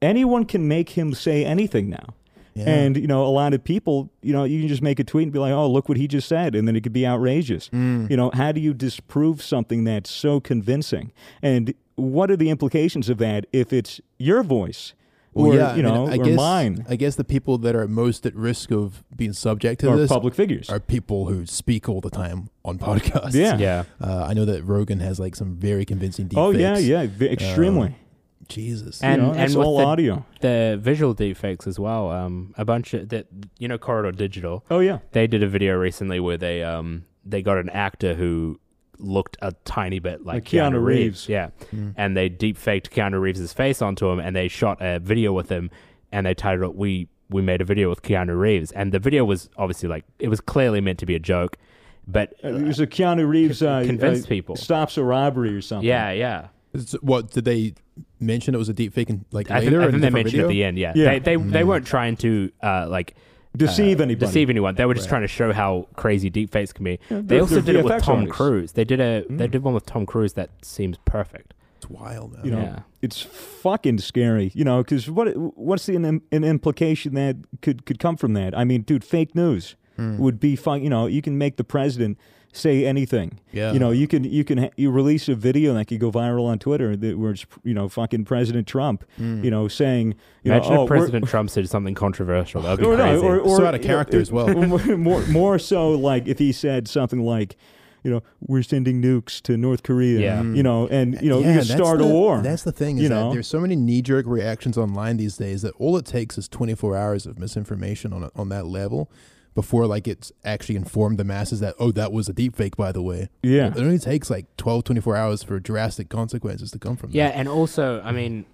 S3: anyone can make him say anything now. And you know, a lot of people, you know, you can just make a tweet and be like, "Oh, look what he just said," and then it could be outrageous.
S1: Mm.
S3: You know, how do you disprove something that's so convincing? And what are the implications of that if it's your voice or
S1: Well, yeah, I
S3: you
S1: mean,
S3: know
S1: I
S3: or
S1: guess,
S3: mine
S1: I guess the people that are most at risk of being subject to
S3: or
S1: this
S3: public
S1: *laughs*
S3: figures?
S1: are people who speak all the time on podcasts.
S3: Yeah.
S2: yeah
S1: Uh, I know that Rogan has like some very convincing deepfakes. Uh,
S3: oh yeah, yeah, v- extremely.
S1: Jesus.
S2: and
S3: you know,
S2: and
S3: it's
S2: with
S3: all
S2: the,
S3: audio.
S2: the visual deepfakes as well um a bunch of that you know corridor digital
S3: Oh yeah,
S2: they did a video recently where they um they got an actor who looked a tiny bit like,
S3: Like Keanu Reeves.
S2: Yeah. And they deep faked Keanu Reeves' face onto him and they shot a video with him and they titled it We We Made a Video with Keanu Reeves. And the video was obviously like it was clearly meant to be a joke. But
S3: Uh, it was a Keanu Reeves uh,
S2: convince
S3: uh,
S2: people.
S3: stops a robbery or something.
S2: yeah, yeah.
S1: It's- what did they mention? It was a deep fake and like
S2: I think,
S1: later. in
S2: I
S1: a
S2: think they
S1: different
S2: mentioned
S1: video?
S2: at the end, yeah.
S3: Yeah.
S2: They they, they weren't trying to uh like
S3: deceive anybody.
S2: Uh, deceive anyone. They were just trying to show how crazy deepfakes can be. they
S3: they're-
S2: also
S3: they're
S2: did it with
S3: VFX
S2: Tom
S3: artists. Mm.
S2: Cruise. They did a they did one with Tom Cruise that seems perfect.
S1: It's wild, man.
S3: You know,
S2: Yeah.
S3: it's fucking scary. You know, because what what's the an, an implication that could could come from that? I mean, dude, fake news would be fun. You know, you can make the president say anything.
S1: Yeah.
S3: You know, you can you can ha- you release a video that could go viral on Twitter that where it's you know fucking President Trump. You know, saying you
S2: Imagine
S3: know, oh,
S2: if
S3: we're-
S2: President Trump said something controversial. That'd be
S3: or no,
S2: crazy.
S3: or, or
S1: So out of character as well.
S3: *laughs* more, more so like if he said something like, you know, we're sending nukes to North Korea.
S2: Yeah.
S3: You know, and you know,
S1: Yeah,
S3: you could
S1: that's
S3: start
S1: the,
S3: a war.
S1: That's the thing. Is
S3: You
S1: that
S3: know?
S1: there's so many knee-jerk reactions online these days that all it takes is 24 hours of misinformation on a- on that level before like it's actually informed the masses that oh that was a deep fake by the way.
S3: Yeah.
S1: It only takes like 12 24 hours for drastic consequences to come from
S2: yeah, and also, I mean,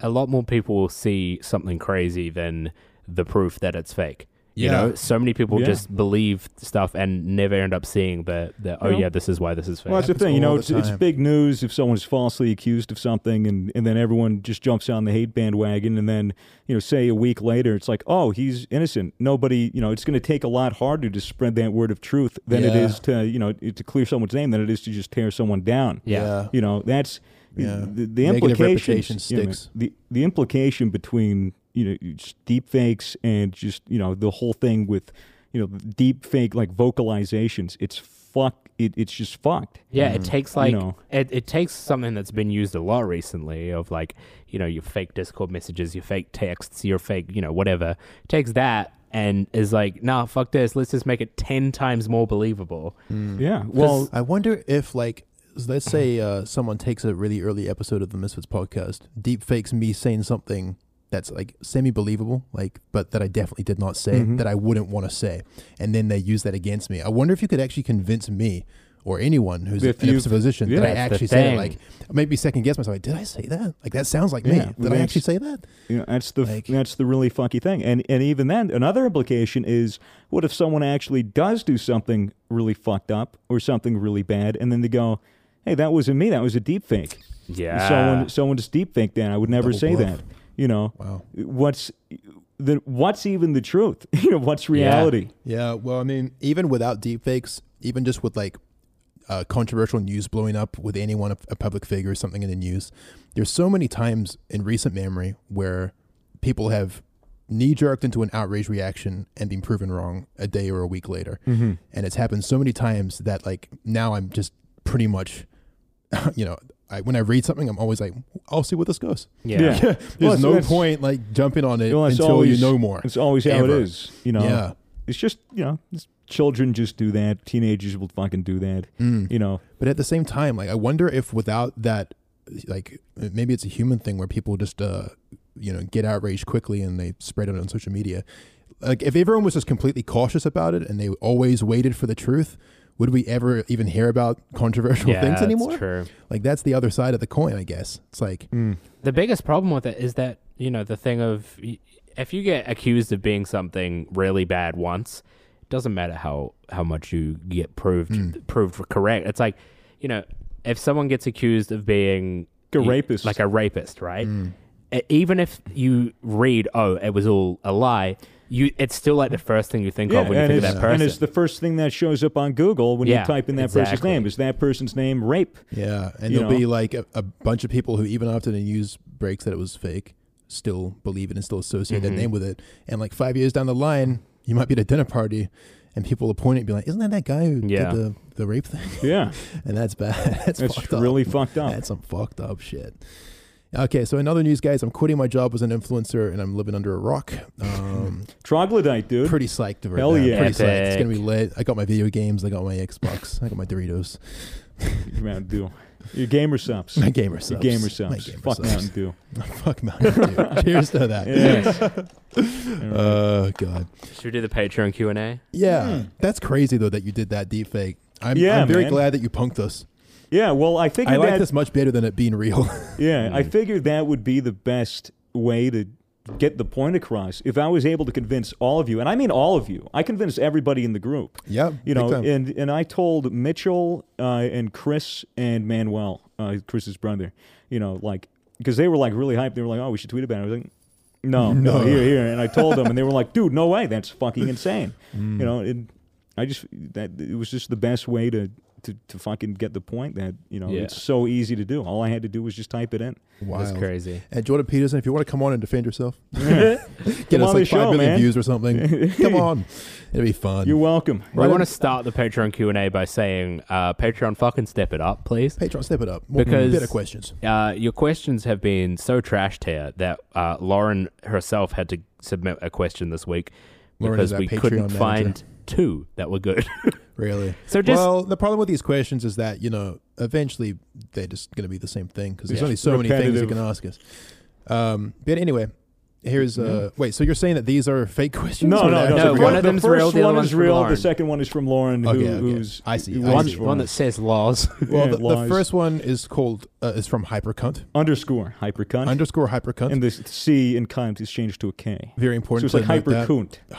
S2: a lot more people will see something crazy than the proof that it's fake. You
S1: Yeah.
S2: know, so many people
S3: Yeah.
S2: just believe stuff and never end up seeing the, the oh
S3: Yeah.
S2: yeah, this is why this is fake.
S3: Well, that's the
S1: happens
S3: thing. You
S1: all
S3: know,
S1: the
S3: it's, it's
S1: time.
S3: big news if someone's falsely accused of something, and, and then everyone just jumps on the hate bandwagon, and then you know, say a week later, it's like, oh, he's innocent. Nobody, you know, it's going to take a lot harder to spread that word of truth than it
S1: Yeah.
S3: is to you know to clear someone's name than it is to just tear someone down.
S2: Yeah.
S1: Yeah.
S3: you know, that's
S1: Yeah.
S3: the, the
S1: Negative
S3: implication.
S1: reputation sticks.
S3: the the implication between you know just deep fakes and just you know the whole thing with you know deep fake like vocalizations. It's fuck. It, it's just fucked.
S2: Yeah, it takes like
S3: know.
S2: it, it takes something that's been used a lot recently of like, you know, your fake Discord messages, your fake texts, your fake, you know, whatever. Takes that and is like, nah, fuck this. Let's just make it ten times more believable.
S1: Mm.
S3: Yeah. Well,
S1: I wonder if like s- let's say uh, someone takes a really early episode of the Misfits podcast, deep fakes me saying something that's like semi believable, like but that I definitely did not say
S3: Mm-hmm.
S1: that I wouldn't want to say, and then they use that against me. I wonder if you could actually convince me or anyone who's
S3: If
S1: in a
S3: you've-
S1: position that I
S2: That's the
S1: actually said
S2: thing.
S1: it. Like maybe second guess myself. Like, did I say that? Like that sounds like
S3: Yeah,
S1: me.
S3: well,
S1: Did I
S3: that's-
S1: actually say that?
S3: you know, that's the
S1: Like-
S3: that's the really funky thing. And and even then, another implication is what if someone actually does do something really fucked up or something really bad, and then they go, "Hey, that wasn't me. That was a deep fake."
S2: Yeah.
S3: Someone someone just deep faked that. I would never
S1: Double
S3: say
S1: bluff.
S3: that. You know.
S1: Wow.
S3: What's then what's even the truth? *laughs* you know, what's reality?
S1: Yeah, well, I mean, even without deepfakes, even just with like uh, controversial news blowing up with anyone, a, a public figure or something in the news, there's so many times in recent memory where people have knee jerked into an outrage reaction and been proven wrong a day or a week later.
S3: Mm-hmm.
S1: And it's happened so many times that like now I'm just pretty much, *laughs* you know, I, when I read something, I'm always like, I'll see where this goes. *laughs*
S2: Yeah.
S3: Well, *laughs*
S1: There's
S3: so
S1: no
S3: that's-
S1: point like jumping on it
S3: Well, it's
S1: until
S3: always-
S1: you know more.
S3: It's always how
S1: Ever.
S3: it is. You know,
S1: Yeah.
S3: it's just you know, it's- children just do that. Teenagers will fucking do that.
S1: Hmm.
S3: You know,
S1: But at the same time, like I wonder if without that, like maybe it's a human thing where people just, uh, you know, get outraged quickly and they spread it on social media. Like if everyone was just completely cautious about it and they always waited for the truth, would we ever even hear about controversial
S2: Yeah,
S1: things
S2: that's
S1: anymore?
S2: true.
S1: Like that's the other side of the coin, I guess. It's like,
S2: The biggest problem with it is that, you know, the thing of y- if you get accused of being something really bad once, it doesn't matter how how much you get proved
S3: Hmm.
S2: proved correct. It's like, you know, if someone gets accused of being
S3: Like a
S2: y-
S3: rapist. Hmm.
S2: like a rapist, right? E- Even if you read, oh, it was all a lie, you it's still like the first thing you think of when you
S3: and,
S2: think
S3: it's,
S2: of that person.
S3: and it's the first thing that shows up on Google when
S2: Yeah,
S3: you type in that person's
S2: exactly.
S3: name. Is that person's name rape?
S1: yeah, and
S3: You
S1: there'll
S3: know.
S1: be like a, a bunch of people who, even after the news breaks that it was fake, still believe it and still associate
S3: Mm-hmm.
S1: that name with it. And like five years down the line, you might be at a dinner party. And people will point at you and be like, isn't that that guy who
S2: Yeah.
S1: did the, the rape thing? *laughs*
S3: Yeah,
S1: And that's bad. *laughs* that's
S3: that's
S1: fucked
S3: really
S1: up.
S3: fucked up.
S1: That's some fucked up shit. Okay, so in other news, guys, I'm quitting my job as an influencer and I'm living under a rock.
S3: *laughs*
S1: Um,
S3: Troglodyte, dude.
S1: pretty psyched over
S3: Hell
S1: that.
S3: yeah.
S1: Pretty psyched. It's
S2: Epic.
S1: gonna be lit. I got my video games. I got my Xbox. I got my Doritos.
S3: Mountain Dew. Your gamer subs.
S1: My gamer subs.
S3: Your gamer
S1: My
S3: subs.
S1: gamer
S3: Fuck
S1: subs.
S3: Mountain Dew.
S1: *laughs* Fuck Mountain
S3: *laughs*
S1: Dew. Cheers to that.
S3: Yes.
S1: Oh god.
S2: Should we do the Patreon Q and A?
S1: Yeah, that's crazy though that you did that deep fake. I'm,
S3: Hmm. Yeah,
S1: I'm very
S3: man.
S1: glad that you punked us.
S3: yeah. Well, I figured
S1: I like
S3: that.
S1: this Mm. much better than it being real. *laughs*
S3: Yeah, I figured that would be the best way to get the point across. If I was able to convince all of you, and I mean all of you, I convinced everybody in the group.
S1: Yep, big
S3: You know,
S1: time.
S3: and and I told Mitchell uh, and Chris and Manuel, uh, Chris's brother. You know, like because they were like really hyped. They were like, "Oh, we should tweet about it." I was like.
S1: *laughs*
S3: No, no,
S1: No.
S3: here, here, and I told them, and they were like, "Dude, no way, that's
S1: *laughs*
S3: fucking insane."
S1: Mm.
S3: You know, and I just that it was just the best way to to, to fucking get the point that you know
S2: Yeah.
S3: it's so easy to do. All I had to do was just type it
S1: Mm.
S3: in.
S1: Wild.
S2: That's crazy.
S1: And Jordan Peterson, if you want to come on and defend
S3: *laughs*
S1: yourself, *laughs* get
S3: Come
S1: us
S3: on the
S1: like five million
S3: show, man.
S1: views or
S3: *laughs*
S1: something. come on, it'll be fun.
S3: You're welcome.
S2: I want to start the Patreon Q and A by saying, uh, Patreon, fucking step it up, please.
S1: Patreon, step it up. More
S2: Because-
S1: better questions.
S2: Uh, your questions have been so trashed here that uh, Lauren herself had to submit a question this week
S1: Lauren
S2: because
S1: is our
S2: we
S1: Patreon
S2: couldn't
S1: manager.
S2: find two that were good.
S1: Really.
S2: So just-
S1: well, the problem with these questions is that you know eventually they're just going to be the same thing because there's
S3: Yeah.
S1: only so many things you
S3: Repetitive.
S1: can ask us. Um, but anyway, here's uh wait. So you're saying that these are fake *laughs* questions?
S3: No,
S1: Or
S3: no,
S1: that-
S3: no.
S2: No,
S3: the
S2: one
S3: fir-
S2: of
S3: the
S2: them's
S3: first
S2: real, the other
S3: one
S2: one's
S3: is
S2: from
S3: real. The
S2: Lauren.
S3: second one is from Lauren. Who,
S1: Okay, okay.
S3: Who's
S1: I see,
S3: who
S1: I
S2: *laughs* one,
S1: see.
S3: is
S2: one that says laws.
S1: Well,
S3: yeah,
S1: the, the
S3: lies.
S1: first one is called uh, is from
S3: *laughs*
S1: Hypercunt
S3: underscore hypercunt,
S1: underscore Hypercunt.
S3: *laughs* and the C in cunt is changed to a K.
S1: Very
S3: So
S1: important.
S3: it's like
S1: to note that.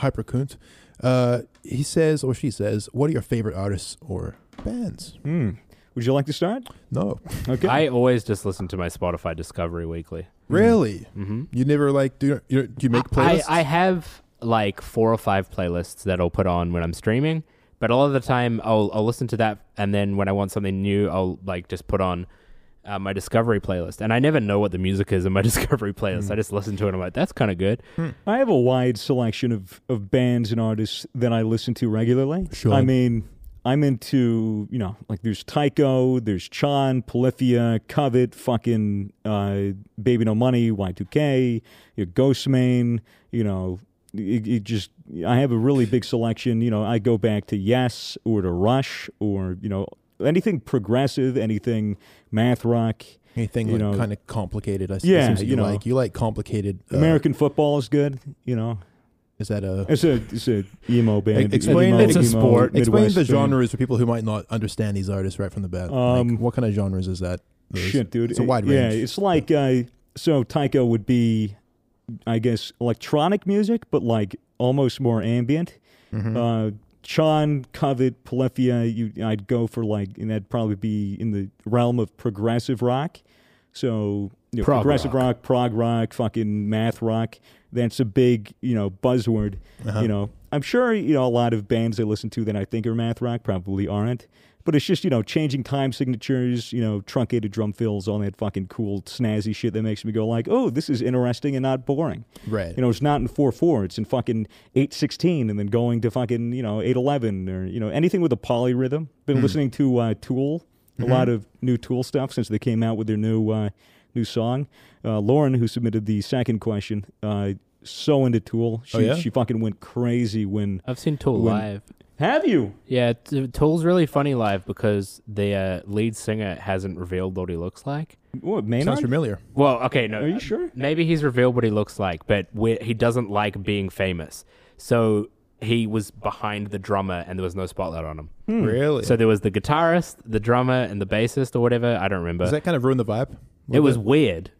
S1: Hypercunt.
S3: hypercunt.
S1: Uh, he says or she says, "What are your favorite artists or bands?"
S3: Hmm. Would you like to start?
S1: No, *laughs*
S2: *laughs*
S3: Okay.
S2: I always just listen to my Spotify Discovery Weekly.
S1: really.
S2: Mm-hmm.
S1: You never like do you, you, do you make
S2: I,
S1: playlists?
S2: I have like four or five playlists that I'll put on when I'm streaming, but a lot of the time I'll, I'll listen to that, and then when I want something new, I'll like just put on uh, my Discovery playlist, and I never know what the music is in my *laughs* Discovery
S1: Mm.
S2: playlist. I just listen to it, and I'm like, that's kind of good.
S3: I have a wide selection of, of bands and artists that I listen to regularly.
S1: Sure.
S3: I mean, I'm into, you know, like there's Tycho, there's Chan, Polyphia, Covet, fucking uh, Baby No Money, Y2K, your Ghostmane, you know, it, it just, I have a really big selection. You know, I go back to Yes or to Rush or, you know, anything progressive, anything math rock.
S1: Anything
S3: you
S1: like
S3: know-
S1: kind of complicated? I
S3: Yeah,
S1: yeah, you,
S3: you know.
S1: like you like complicated. Uh,
S3: American football is good, you know.
S1: is that a
S3: It's a it's a emo band.
S1: explain-
S3: emo,
S1: It's a
S3: emo,
S2: sport.
S1: explain
S3: Midwest
S1: the
S3: band.
S1: genres for people who might not understand these artists right from the bat?
S3: Um,
S1: like, what kind of genres is that? Those-
S3: Shit, dude.
S1: It's a wide
S3: yeah,
S1: range.
S3: it's like uh, so Tycho would be, I guess, electronic music, but like almost more ambient.
S1: Mm-hmm.
S3: Uh, Chan, Covet, Polyphia, you, I'd go for like, and that'd probably be in the realm of progressive rock. So you know,
S1: Prog
S3: progressive rock. prog rock, fucking math rock. That's a big you know buzzword. You know, I'm sure you know a lot of bands I listen to that I think are math rock probably aren't. But it's just you know changing time signatures, you know truncated drum fills, all that fucking cool snazzy shit that makes me go like, oh, this is interesting and not boring.
S1: Right.
S3: You know, it's not in four four. It's in fucking eight sixteen, and then going to fucking you know eight eleven or you know anything with a polyrhythm.
S1: Hmm.
S3: Been listening to uh, Tool, a lot
S1: Mm-hmm.
S3: of new Tool stuff since they came out with their new uh, new song. Uh, Lauren, who submitted the second question, uh, so into Tool. She
S1: Oh, yeah?
S3: she fucking went crazy when.
S2: I've seen Tool
S3: When-
S2: live.
S3: Have you?
S2: Yeah, t- Tool's really funny live because the uh, lead singer hasn't revealed what he looks like.
S3: What
S1: Sounds
S3: Maynard?
S1: familiar.
S2: Well, okay, no. uh,
S3: Are you sure?
S2: Maybe he's revealed what he looks like, but where he doesn't like being famous. So he was behind the drummer and there was no spotlight on him.
S3: Hmm.
S1: Really?
S2: So there was the guitarist, the drummer, and the bassist or whatever. I don't remember.
S1: Does that kind of ruin the vibe?
S2: it was weird.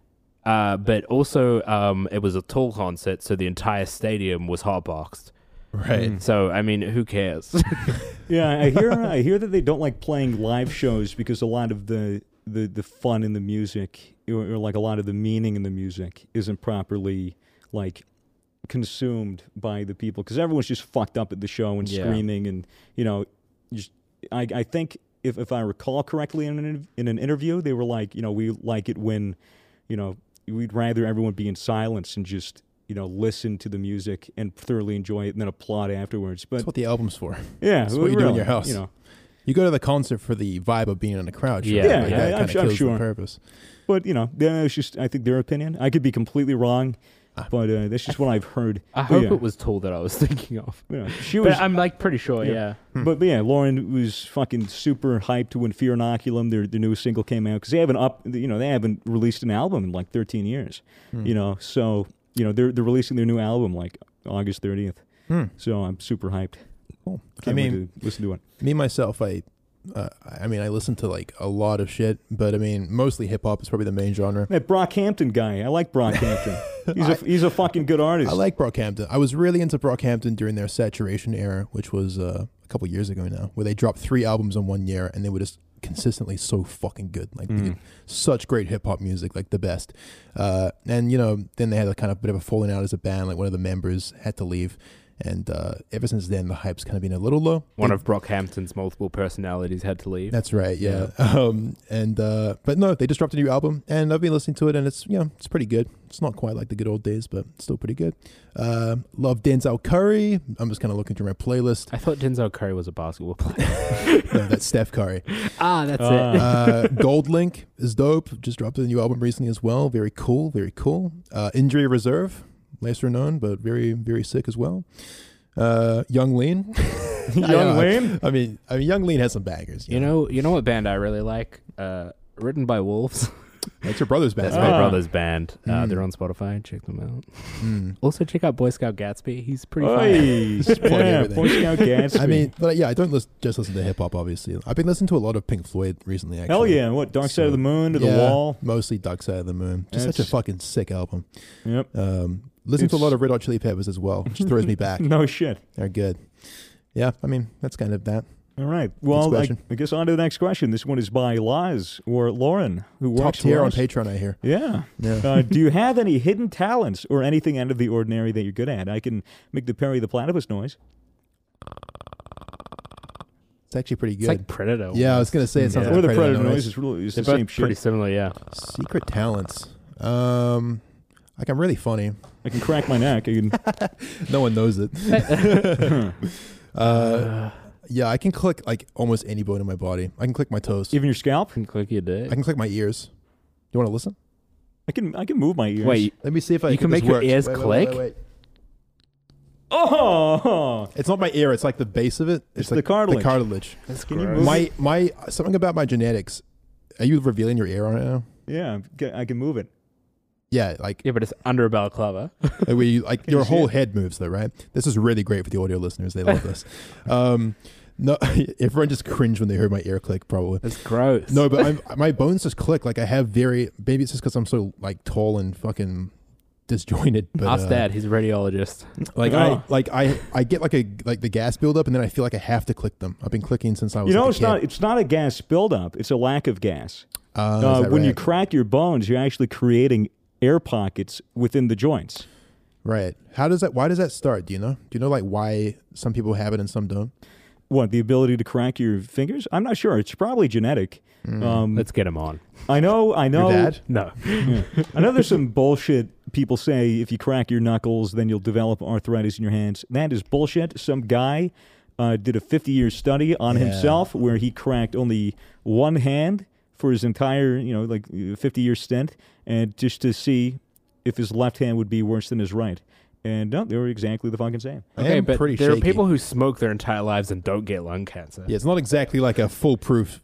S2: Uh, but also, um, it was a Tool concert, so the entire stadium was hotboxed.
S1: Right.
S3: Hmm.
S2: So, I mean, who cares? *laughs*
S3: Oh, Yeah, I hear I hear that they don't like playing live shows because a lot of the the, the fun in the music or, or like a lot of the meaning in the music isn't properly like consumed by the people because everyone's just fucked up at the show and
S2: Yeah.
S3: screaming and you know just I, I think if, if I recall correctly in an, interv- in an interview they were like you know we like it when you know we'd rather everyone be in silence and just you know listen to the music and thoroughly enjoy it and then applaud afterwards but
S1: That's what the album's for.
S3: yeah
S1: That's what you do in
S3: really,
S1: your house.
S3: you know
S1: You go to the concert for the vibe of being in a crowd. Sure.
S2: Yeah, Yeah,
S1: like
S2: yeah,
S1: that
S3: I'm
S1: kinda
S3: su- I'm
S1: kills the
S3: sure.
S1: purpose.
S3: But you know, that was just I think their opinion. I could be completely wrong,
S1: Ah.
S3: but uh, that's just what I've heard.
S2: I
S3: But
S2: hope
S3: yeah,
S2: it was Tool that I was thinking of.
S3: you know, she was,
S2: But I'm like pretty sure, yeah.
S3: but, but yeah, Lauren was fucking super hyped when Fear Inoculum, their their newest single, came out because they haven't up, you know, they haven't released an album in like 13 years.
S1: Hmm.
S3: You know, so you know they're they're releasing their new album like August 30th. So I'm super hyped.
S1: Hmm. Cool. I
S3: Can't
S1: mean,
S3: wait to listen to it.
S1: me myself, I, uh, I mean, I listen to like a lot of shit, but I mean, mostly hip hop is probably the main genre.
S3: That Brockhampton guy, I
S1: *laughs*
S3: like Brockhampton. he's a he's a fucking good artist.
S1: I like Brockhampton. I was really into Brockhampton during their saturation era, which was uh, a couple years ago now, where they dropped three albums in one year and they were just consistently so fucking good. Like, they did such great hip hop music, like the best. Uh, and, you know, then they had a kind of bit of a falling out as a band. Like, one of the members had to leave. And uh, ever since then, the hype's kind of been a little low.
S2: One of Brockhampton's multiple personalities had to leave.
S1: That's right, yeah. *laughs* Um, and uh, but no, they just dropped a new album, and I've been listening to it, and it's you know it's pretty good. It's not quite like the good old days, but it's still pretty good. Uh, love Denzel Curry. I'm just kind of looking through my playlist.
S2: I thought Denzel Curry was a basketball player.
S1: no, that's Steph Curry.
S2: *laughs* ah, that's it.
S1: Uh, Gold Link is dope. Just dropped a new album recently as well. Very cool, very cool. Uh, Injury Reserve, lesser known, but very very sick as well. Uh, Young Lean. *laughs* I know,
S3: Young
S1: I-
S3: Lane.
S1: I mean, I mean, Young Lean has some bangers.
S2: You know, you know what band I really like? Uh, Written by Wolves.
S1: that's your brother's band.
S2: That's
S1: right?
S2: *laughs* my
S3: Ah.
S2: brother's band. Uh, They're on Spotify. Check them out. *laughs* Also, check out Boy Scout Gatsby. He's pretty funny.
S3: Oy,
S1: Explain
S3: *laughs* yeah,
S1: everything.
S3: Boy Scout Gatsby.
S1: I mean, but yeah, I don't listen, just listen to hip hop. Obviously, I've been listening to a lot of Pink Floyd recently. Actually.
S3: Hell yeah! What Dark Side of the Moon to the
S1: Yeah,
S3: Wall?
S1: mostly Dark Side of the Moon. Just such a
S3: That's-
S1: fucking sick album.
S3: Yep.
S1: Um, listen to a
S3: It's-
S1: lot of Red Hot Chili Peppers as well, which throws me
S3: *laughs*
S1: back.
S3: No shit.
S1: They're good. Yeah, I mean that's kind of that.
S3: All right. Well, I,
S1: question.
S3: I guess on to the next question. This one is by Laz or Lauren, who
S1: Top
S3: works
S1: tier
S3: for
S1: on
S3: us.
S1: Patreon, I hear.
S3: Yeah. Uh, do you have any hidden talents or anything out of the ordinary that you're good at? I can make the Perry the Platypus noise.
S1: It's actually pretty
S2: It's
S1: good.
S2: like Predator.
S1: yeah, I was gonna say it sounds
S3: or
S1: like
S3: the Predator
S1: noise.
S3: noise. It's, really, it's
S2: They're
S3: the
S2: both
S3: same shit.
S2: pretty similar, yeah.
S1: Secret talents. Um, like I'm really funny.
S3: I can crack my neck.
S1: *laughs*
S3: I can,
S1: No one knows
S3: *laughs*
S1: it. *laughs* uh, yeah, I can click like almost any bone in my body. I can click my toes.
S3: even your scalp.
S2: Can click your dick.
S1: I can click my ears. You want to listen?
S3: I can I can move my ears.
S2: Wait,
S1: Let me see if I
S2: You can
S1: this
S2: make your
S1: works.
S2: ears
S1: Wait, wait, wait,
S2: click?
S1: wait, wait.
S3: Oh. *laughs*
S1: It's not my ear. It's like the base of it.
S3: It's the
S1: like
S3: cartilage.
S1: The cartilage.
S3: Can you move?
S1: My my something about my genetics. Are you revealing your ear right now?
S3: Yeah. I can- I can move it.
S1: Yeah, like,
S2: yeah, but it's under a balaclava.
S1: like we like your
S3: you see
S1: whole
S3: it?
S1: head moves though, right? This is really great for the audio listeners. They love
S2: *laughs*
S1: this. um, no, *laughs* everyone just cringe when they heard my ear click. Probably.
S2: That's gross.
S1: No, but I'm, my bones just click. Like I have very maybe it's just because I'm so like tall and fucking disjointed. But
S2: Ask
S1: uh,
S2: Dad. He's a radiologist.
S1: Like
S3: Oh.
S1: I like I I get like a like the gas buildup, and then I feel like I have to click them. I've been clicking since I was.
S3: You know,
S1: like, a
S3: it's not
S1: kid.
S3: it's not a gas buildup. It's a lack of gas.
S1: Uh, is
S3: Uh,
S1: that
S3: when you
S1: right?
S3: crack your bones, you're actually creating air pockets within the joints.
S1: right. How does that? Why does that start? Do you know? Do you know like why some people have it and some don't?
S3: What the ability to crack your fingers? I'm not sure. It's probably genetic. Um,
S2: Let's get him on.
S3: I know. I know.
S1: Mm. Your dad?
S2: No.
S3: I know there's some bullshit people say if you crack your knuckles, then you'll develop arthritis in your hands. That is bullshit. Some guy uh, did a 50 year study on
S1: Yeah.
S3: himself where he cracked only one hand for his entire, you know, like 50 year stint, and just to see if his left hand would be worse than his right. And no, they were exactly the fucking same.
S1: I
S2: Okay,
S1: am
S2: but
S1: pretty
S2: there
S1: shaky.
S2: are people who smoke their entire lives and don't get lung cancer.
S1: yeah, it's not exactly like a foolproof,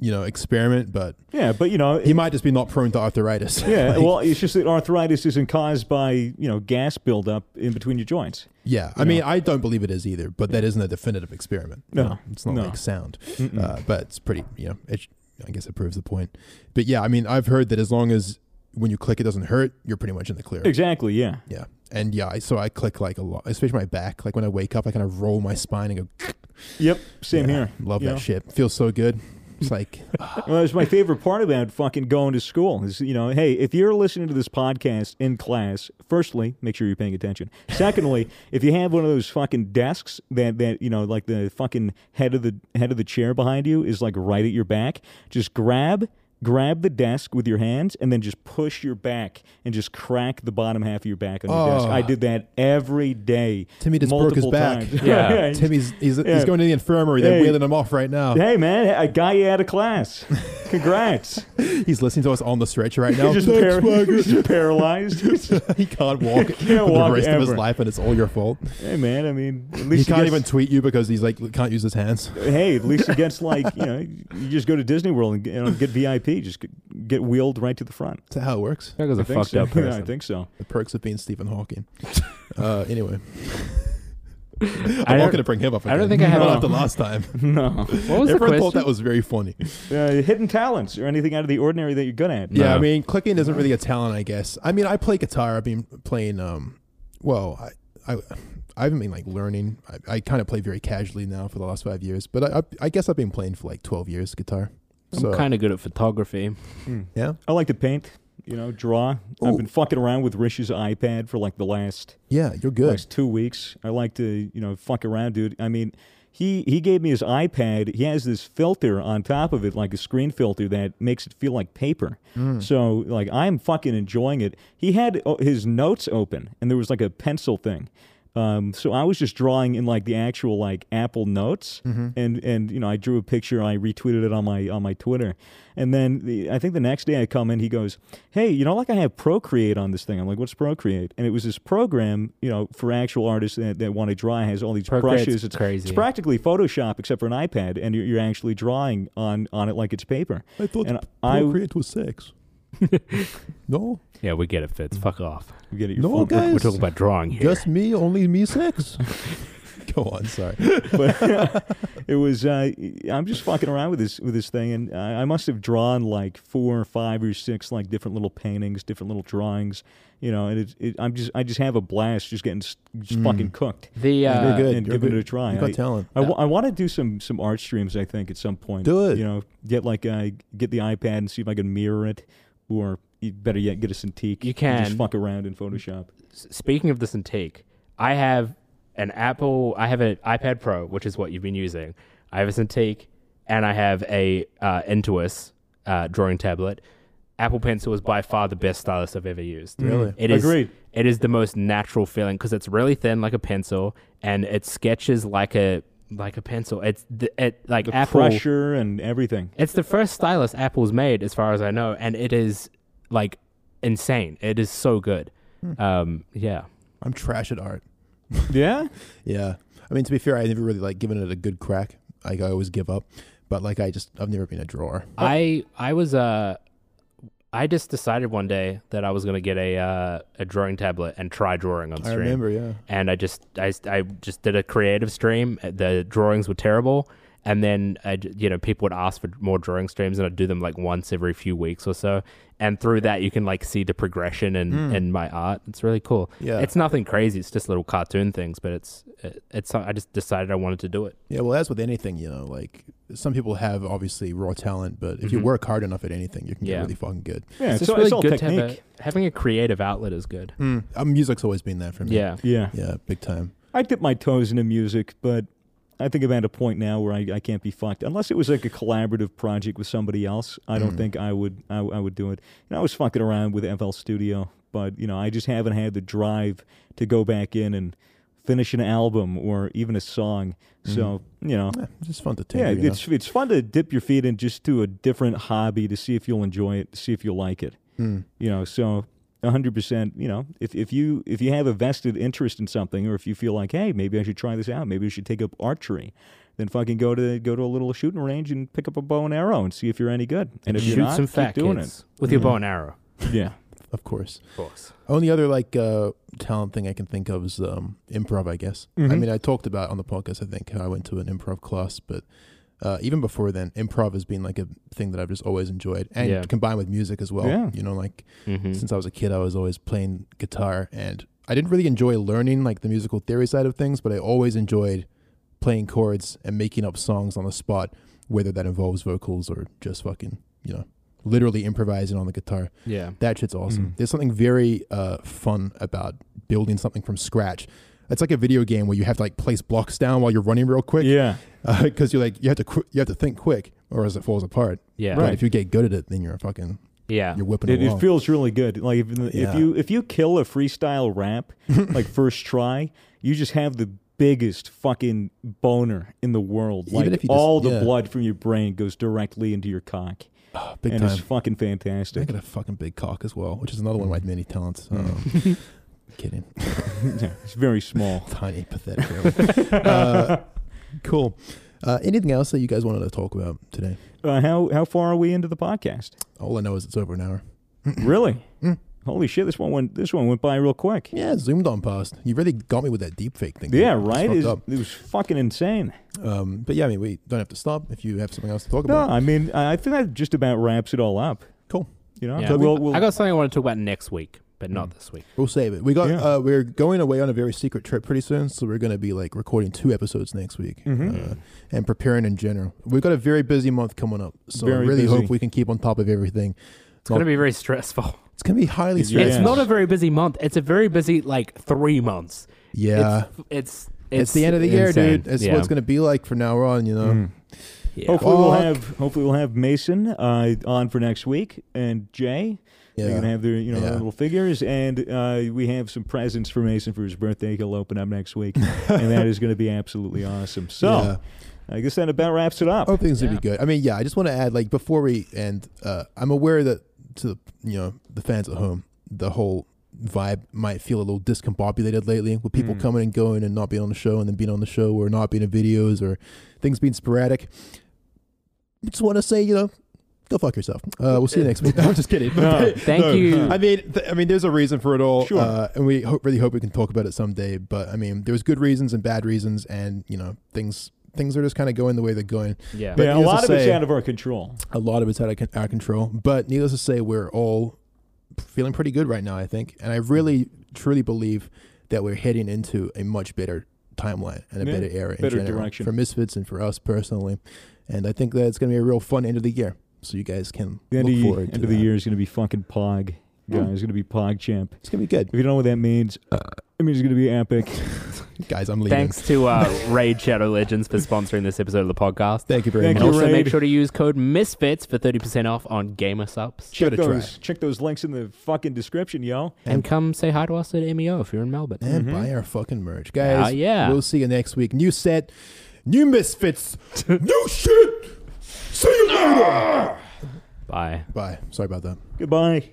S1: you know, experiment, but
S3: Yeah, but you
S1: *laughs*
S3: know,
S1: he might just be not prone to arthritis. *laughs*
S3: yeah.
S1: Like,
S3: well, it's just that arthritis isn't caused by you know gas buildup in between your joints.
S1: yeah. I mean, I don't believe it is either, but that isn't a definitive experiment. you
S3: No,
S1: know? it's not
S3: no.
S1: like sound, uh, but it's pretty. You know, it, I guess it proves the point. But yeah, I mean, I've heard that as long as when you click, it doesn't hurt, you're pretty much in the clear.
S3: Exactly. Yeah.
S1: Yeah. And yeah, I, so I click like a lot, especially my back. Like when I wake up, I kind of roll my spine and go,
S3: Yep. Same
S1: Yeah,
S3: here.
S1: Love
S3: You
S1: that
S3: know?
S1: shit. Feels so good. It's
S3: *laughs*
S1: like, "Ah,
S3: Well, it's my favorite part about fucking going to school is, you know, hey, if you're listening to this podcast in class, firstly, make sure you're paying attention. Secondly, *laughs* if you have one of those fucking desks that that you know, like the fucking head of the head of the chair behind you is like right at your back, just grab grab the desk with your hands and then just push your back and just crack the bottom half of your back on your desk.
S1: Oh.
S3: I did that every day.
S1: Timmy just broke his
S3: multiple
S1: back.
S3: times.
S2: Yeah.
S1: Timmy's he's,
S3: Yeah.
S1: he's going to the infirmary. They're
S3: Hey.
S1: wheeling him off right now.
S3: *laughs* Hey man, I got you out of class. Congrats.
S1: He's listening to us on the stretcher right now.
S3: He's just,
S1: Thanks,
S3: par- *laughs*
S1: Swagger.
S3: he's just paralyzed. He's just-
S1: he can't walk for
S3: walk
S1: the rest of his
S3: ever.
S1: life, and it's all your fault.
S3: *laughs* hey, man. I mean, at
S1: He
S3: least
S1: can't even
S3: gets,
S1: tweet you because he's like can't use his hands.
S3: hey, at least he gets like you know, you just go to Disney World and you know, get VIP. Just g- get wheeled right to the front.
S1: That's how it works.
S2: That was a
S3: I think
S2: fucked
S3: so.
S2: up *laughs*
S3: *laughs* Yeah,
S2: person.
S3: I think so.
S1: The perks of being Stephen *laughs* Hawking. Uh, anyway,
S2: I
S1: I'm not
S2: don't-
S1: going to bring him up. Again.
S2: I don't think I have-
S1: Not after last
S2: *laughs*
S1: time.
S3: No,
S2: What was the
S1: Everyone thought
S2: question?
S1: that was very funny.
S3: uh, hidden talents or anything out of the ordinary that you're good at.
S1: Yeah, I
S2: No.
S1: mean, clicking isn't really a talent, I guess. I mean, I play guitar. I've been playing. Um, well, I, I, I haven't been like learning. I, I kind of play very casually now for the last five years. But I, I, I guess I've been playing for like twelve years guitar.
S2: I'm
S1: So
S2: kind of good at photography.
S1: yeah,
S3: I like to paint. You know, draw. I've
S1: Ooh.
S3: been fucking around with Rish's iPad for like the last
S1: yeah, you're good.
S3: last two weeks. I like to, you know, fuck around, dude. I mean, he he gave me his iPad. He has this filter on top of it, like a screen filter that makes it feel like paper. So like I'm fucking enjoying it. He had uh, his notes open, and there was like a pencil thing. Um, so I was just drawing in like the actual like Apple Notes,
S1: Mm-hmm.
S3: and and you know I drew a picture. I retweeted it on my on my Twitter, and then the, I think the next day I come in, he goes, "Hey, you know, like I have Procreate on this thing." I'm like, "What's Procreate?" And it was this program, you know, for actual artists that, that want to draw. It Has all these
S2: Procreate's
S3: brushes. It's
S2: crazy.
S3: It's practically Photoshop except for an iPad, and you're, you're actually drawing on on it like it's paper.
S1: I thought
S3: and I
S1: procreate was
S2: *laughs*
S1: sex. no,
S2: Yeah, we get it, Fitz. Fuck off.
S3: You get it, your
S1: no,
S3: phone.
S1: guys.
S2: We're talking about drawing here.
S1: just me, only me, sex. Go on, sorry.
S3: but it was uh, I'm just fucking around with this with this thing, and I, I must have drawn like four or five or six like different little paintings, different little drawings, you know. And it, it, I'm just I just have a blast just getting s- just fucking cooked.
S2: the uh,
S1: you're Mm. good.
S3: and
S1: you're
S3: giving
S1: good.
S3: it a try.
S1: You got
S3: I-
S1: talent.
S3: I, want to do some some art streams. I think at some point.
S1: Do it.
S3: You know, get like uh, get the iPad and see if I can mirror it, or e- better yet, get a Cintiq.
S2: You
S3: and just
S2: can.
S3: fuck around in Photoshop.
S2: s- speaking of this intake, I have an Apple. I have an iPad Pro, which is what you've been using. I have a Cintiq, and I have a uh, Intuos uh, drawing tablet. Apple Pencil is by far the best stylus I've ever used.
S1: Really?
S2: it is.
S3: Agreed.
S2: It is the most natural feeling because it's really thin, like a pencil, and it sketches like a like a pencil. It's the, it like
S3: The
S2: Apple.
S3: pressure
S1: *laughs*
S3: and everything.
S2: It's the first stylus Apple's made, as far as I know, and it is like insane. It is so good.
S3: Hmm.
S2: Um, yeah.
S1: I'm trash at art.
S3: Yeah.
S1: Yeah. I mean, to be fair, I never really like given it a good crack. Like I always give up, but like I just I've never been a drawer.
S2: I I was uh I just decided one day that I was gonna get a uh, a drawing tablet and try drawing on
S1: I
S2: stream.
S1: remember, yeah.
S2: And I just I, I just did a creative stream. The drawings were terrible, and then I j you know people would ask for more drawing streams, and I'd do them like once every few weeks or so. And through that, you can like see the progression in,
S3: Hmm.
S2: in my art. It's really cool.
S1: Yeah.
S2: it's nothing crazy. It's just little cartoon things, but it's it, it's. I just decided I wanted to do it.
S1: Yeah, well, as with anything, you know, like some people have obviously raw talent, but if you work hard enough at anything, you can get
S2: Yeah.
S1: really fucking good.
S3: Yeah, it's,
S2: just
S3: all- it's all
S2: to have
S3: technique. Hmm.
S2: a, having a creative outlet is good.
S1: Mm. Uh, music's always been that for me.
S2: Yeah,
S3: Yeah.
S1: yeah, big time.
S3: I dip my toes into music, but I think I'm at a point now where I, I can't be fucked. Unless it was like a collaborative project with somebody else, I don't think I would I, I would do it. And I was fucking around with FL Studio, but you know I just haven't had the drive to go back in and finish an album or even a song. So you know,
S1: Yeah, it's just fun to take.
S3: yeah, it's it's fun to dip your feet in just to a different hobby to see if you'll enjoy it, to see if you'll like it.
S2: Hmm.
S3: You know, so hundred percent. You know, if if you if you have a vested interest in something, or if you feel like, hey, maybe I should try this out, maybe I should take up archery, then fucking go to go to a little shooting range and pick up a bow and arrow and see if you're any good. And, if
S2: shoot
S3: you're not,
S2: some
S3: keep
S2: fat
S3: doing
S2: kids with your bow and arrow.
S3: it.
S2: *laughs*
S3: Yeah.
S1: of course.
S2: Of course.
S1: Only other like uh, talent thing I can think of is um, improv. I guess. I mean, I talked about on the podcast. I think how I went to an improv class, but uh, even before then, improv has been like a thing that I've just always enjoyed, and
S2: Yeah.
S1: combined with music as well.
S3: Yeah.
S1: You know, like since I was a kid, I was always playing guitar, and I didn't really enjoy learning like the musical theory side of things, but I always enjoyed playing chords and making up songs on the spot, whether that involves vocals or just fucking, you know, literally improvising on the guitar.
S2: Yeah.
S1: That shit's awesome.
S3: Mm.
S1: There's something very uh, fun about building something from scratch. It's like a video game where you have to like place blocks down while you're running real quick.
S3: Yeah.
S1: *laughs* Because you're like you have to qu- you have to think quick, or else it falls apart.
S2: Yeah.
S1: But
S3: Right.
S1: if you get good at it, then you're a fucking
S2: Yeah.
S1: you're whipping it.
S3: It, it
S1: along.
S3: feels really good. Like if,
S1: Yeah.
S3: if you if you kill a
S1: *laughs*
S3: freestyle rap like first try, you just have the biggest fucking boner in the world.
S1: Even
S3: like
S1: if you just-
S3: all the
S1: yeah.
S3: blood from your brain goes directly into your cock,
S1: Ah, big
S3: and
S1: time.
S3: it's fucking
S1: I
S3: fantastic.
S1: got a fucking big cock as well, which is another
S3: Mm.
S1: one of my many talents.
S3: *laughs*
S1: Um, kidding,
S3: Yeah, it's very small.
S1: *laughs* tiny, pathetic. Really.
S3: *laughs*
S1: uh, cool. Uh, anything else that you guys wanted to talk about today?
S3: Uh, how how far are we into
S1: *clears throat*
S3: the podcast?
S1: All I know is it's over an hour.
S3: really?
S1: Mm.
S3: Holy shit! This one went this one went by real quick.
S1: Yeah, it zoomed on past. You really got me with that deep fake thing.
S3: Yeah,
S1: It's
S3: right.
S1: fucked
S3: It's-
S1: up.
S3: it was fucking insane.
S1: Um, but yeah, I mean, we don't have to stop if you have something else to talk
S3: No,
S1: about.
S3: I mean, I I think that just about wraps it all up.
S1: Cool.
S3: You know,
S2: Yeah.
S3: So we'll, we'll,
S2: I got something I want to talk about next week, but not this week.
S1: We'll save it. We got.
S3: Yeah.
S1: Uh, we're going away on a very secret trip pretty soon, so we're going to be like recording two episodes next week
S3: Mm-hmm.
S1: uh, and preparing in general. We've got a very busy month coming up, so
S3: Very
S1: I really
S3: busy.
S1: hope we can keep on top of everything.
S2: It's going to be very stressful.
S1: It's going to be highly
S3: Yeah.
S1: stressful.
S2: It's not a very busy month. It's a very busy like three months.
S1: yeah. It's,
S2: It's it's
S1: the end of the year,
S2: insane.
S1: dude. That's
S2: yeah.
S1: what it's going to be like from now on. You know.
S3: Mm.
S2: Yeah.
S3: Hopefully we'll
S1: Fuck.
S3: have hopefully we'll have Mason uh, on for next week and Jay. They're
S1: Yeah.
S3: gonna have their you know their
S1: Yeah.
S3: little figures and uh, we have some presents for Mason for his birthday. He'll open up
S1: *laughs*
S3: next week, and that is going to be absolutely awesome. So I guess that about wraps it up.
S1: I
S3: Uh,
S1: hope things will
S2: Yeah.
S1: be good. I mean, yeah, I just want to add, like, before we end, uh, I'm aware that to the, you know the fans at home, the whole vibe might feel a little discombobulated lately with people coming and going and not being on the show and then being on the show or not being in videos or things being sporadic. Just want to say, you know, go fuck yourself. Uh, we'll see you *laughs* next week. No, I'm just kidding.
S2: Thank
S3: No,
S2: you.
S1: I mean, th- I mean, there's a reason for it all,
S3: Sure.
S1: uh, and we ho- really hope we can talk about it someday. But I mean, there's good reasons and bad reasons, and you know, things things are just kind of going the way they're going.
S2: Yeah.
S1: But
S3: yeah, a
S1: needless
S3: lot
S1: to
S3: of it's
S1: say-
S3: out of our control.
S1: a lot of it's out of con- our control. But needless to say, we're all feeling pretty good right now, I think. And I really, truly believe that we're heading into a much better timeline and a
S3: Yeah,
S1: better era in
S3: better
S1: general
S3: direction.
S1: for Misfits and for us personally. And I think that it's going to be a real fun end of the year. So you guys can
S3: The end
S1: look
S3: of, ye-
S1: forward
S3: end
S1: to
S3: of the
S1: that. Hmm.
S3: year is going to be fucking pog. Guys, it's going to be pog champ.
S1: It's going to be
S3: If
S1: good.
S3: you don't know what that means,
S1: Uh,
S3: it means it's going to be epic.
S1: Guys, I'm leaving.
S2: Thanks to uh, Raid Shadow Legends for sponsoring this episode of the podcast.
S1: Thank you very
S3: Thank
S2: And
S1: much.
S3: you,
S2: also
S3: Raid.
S2: make sure to use code Misfits for thirty percent off on Gamer Subs.
S1: Give
S3: check
S1: it a try.
S3: those check those links in the fucking description, yo.
S2: And come say hi to us at MEO if you're in Melbourne.
S1: And buy our fucking merch. Guys,
S2: Ah, Mm-hmm. yeah.
S1: we'll see you next week. New set, new
S3: *laughs*
S1: Misfits, new shit. See you later.
S2: Bye.
S1: Bye. Sorry about that.
S3: Goodbye.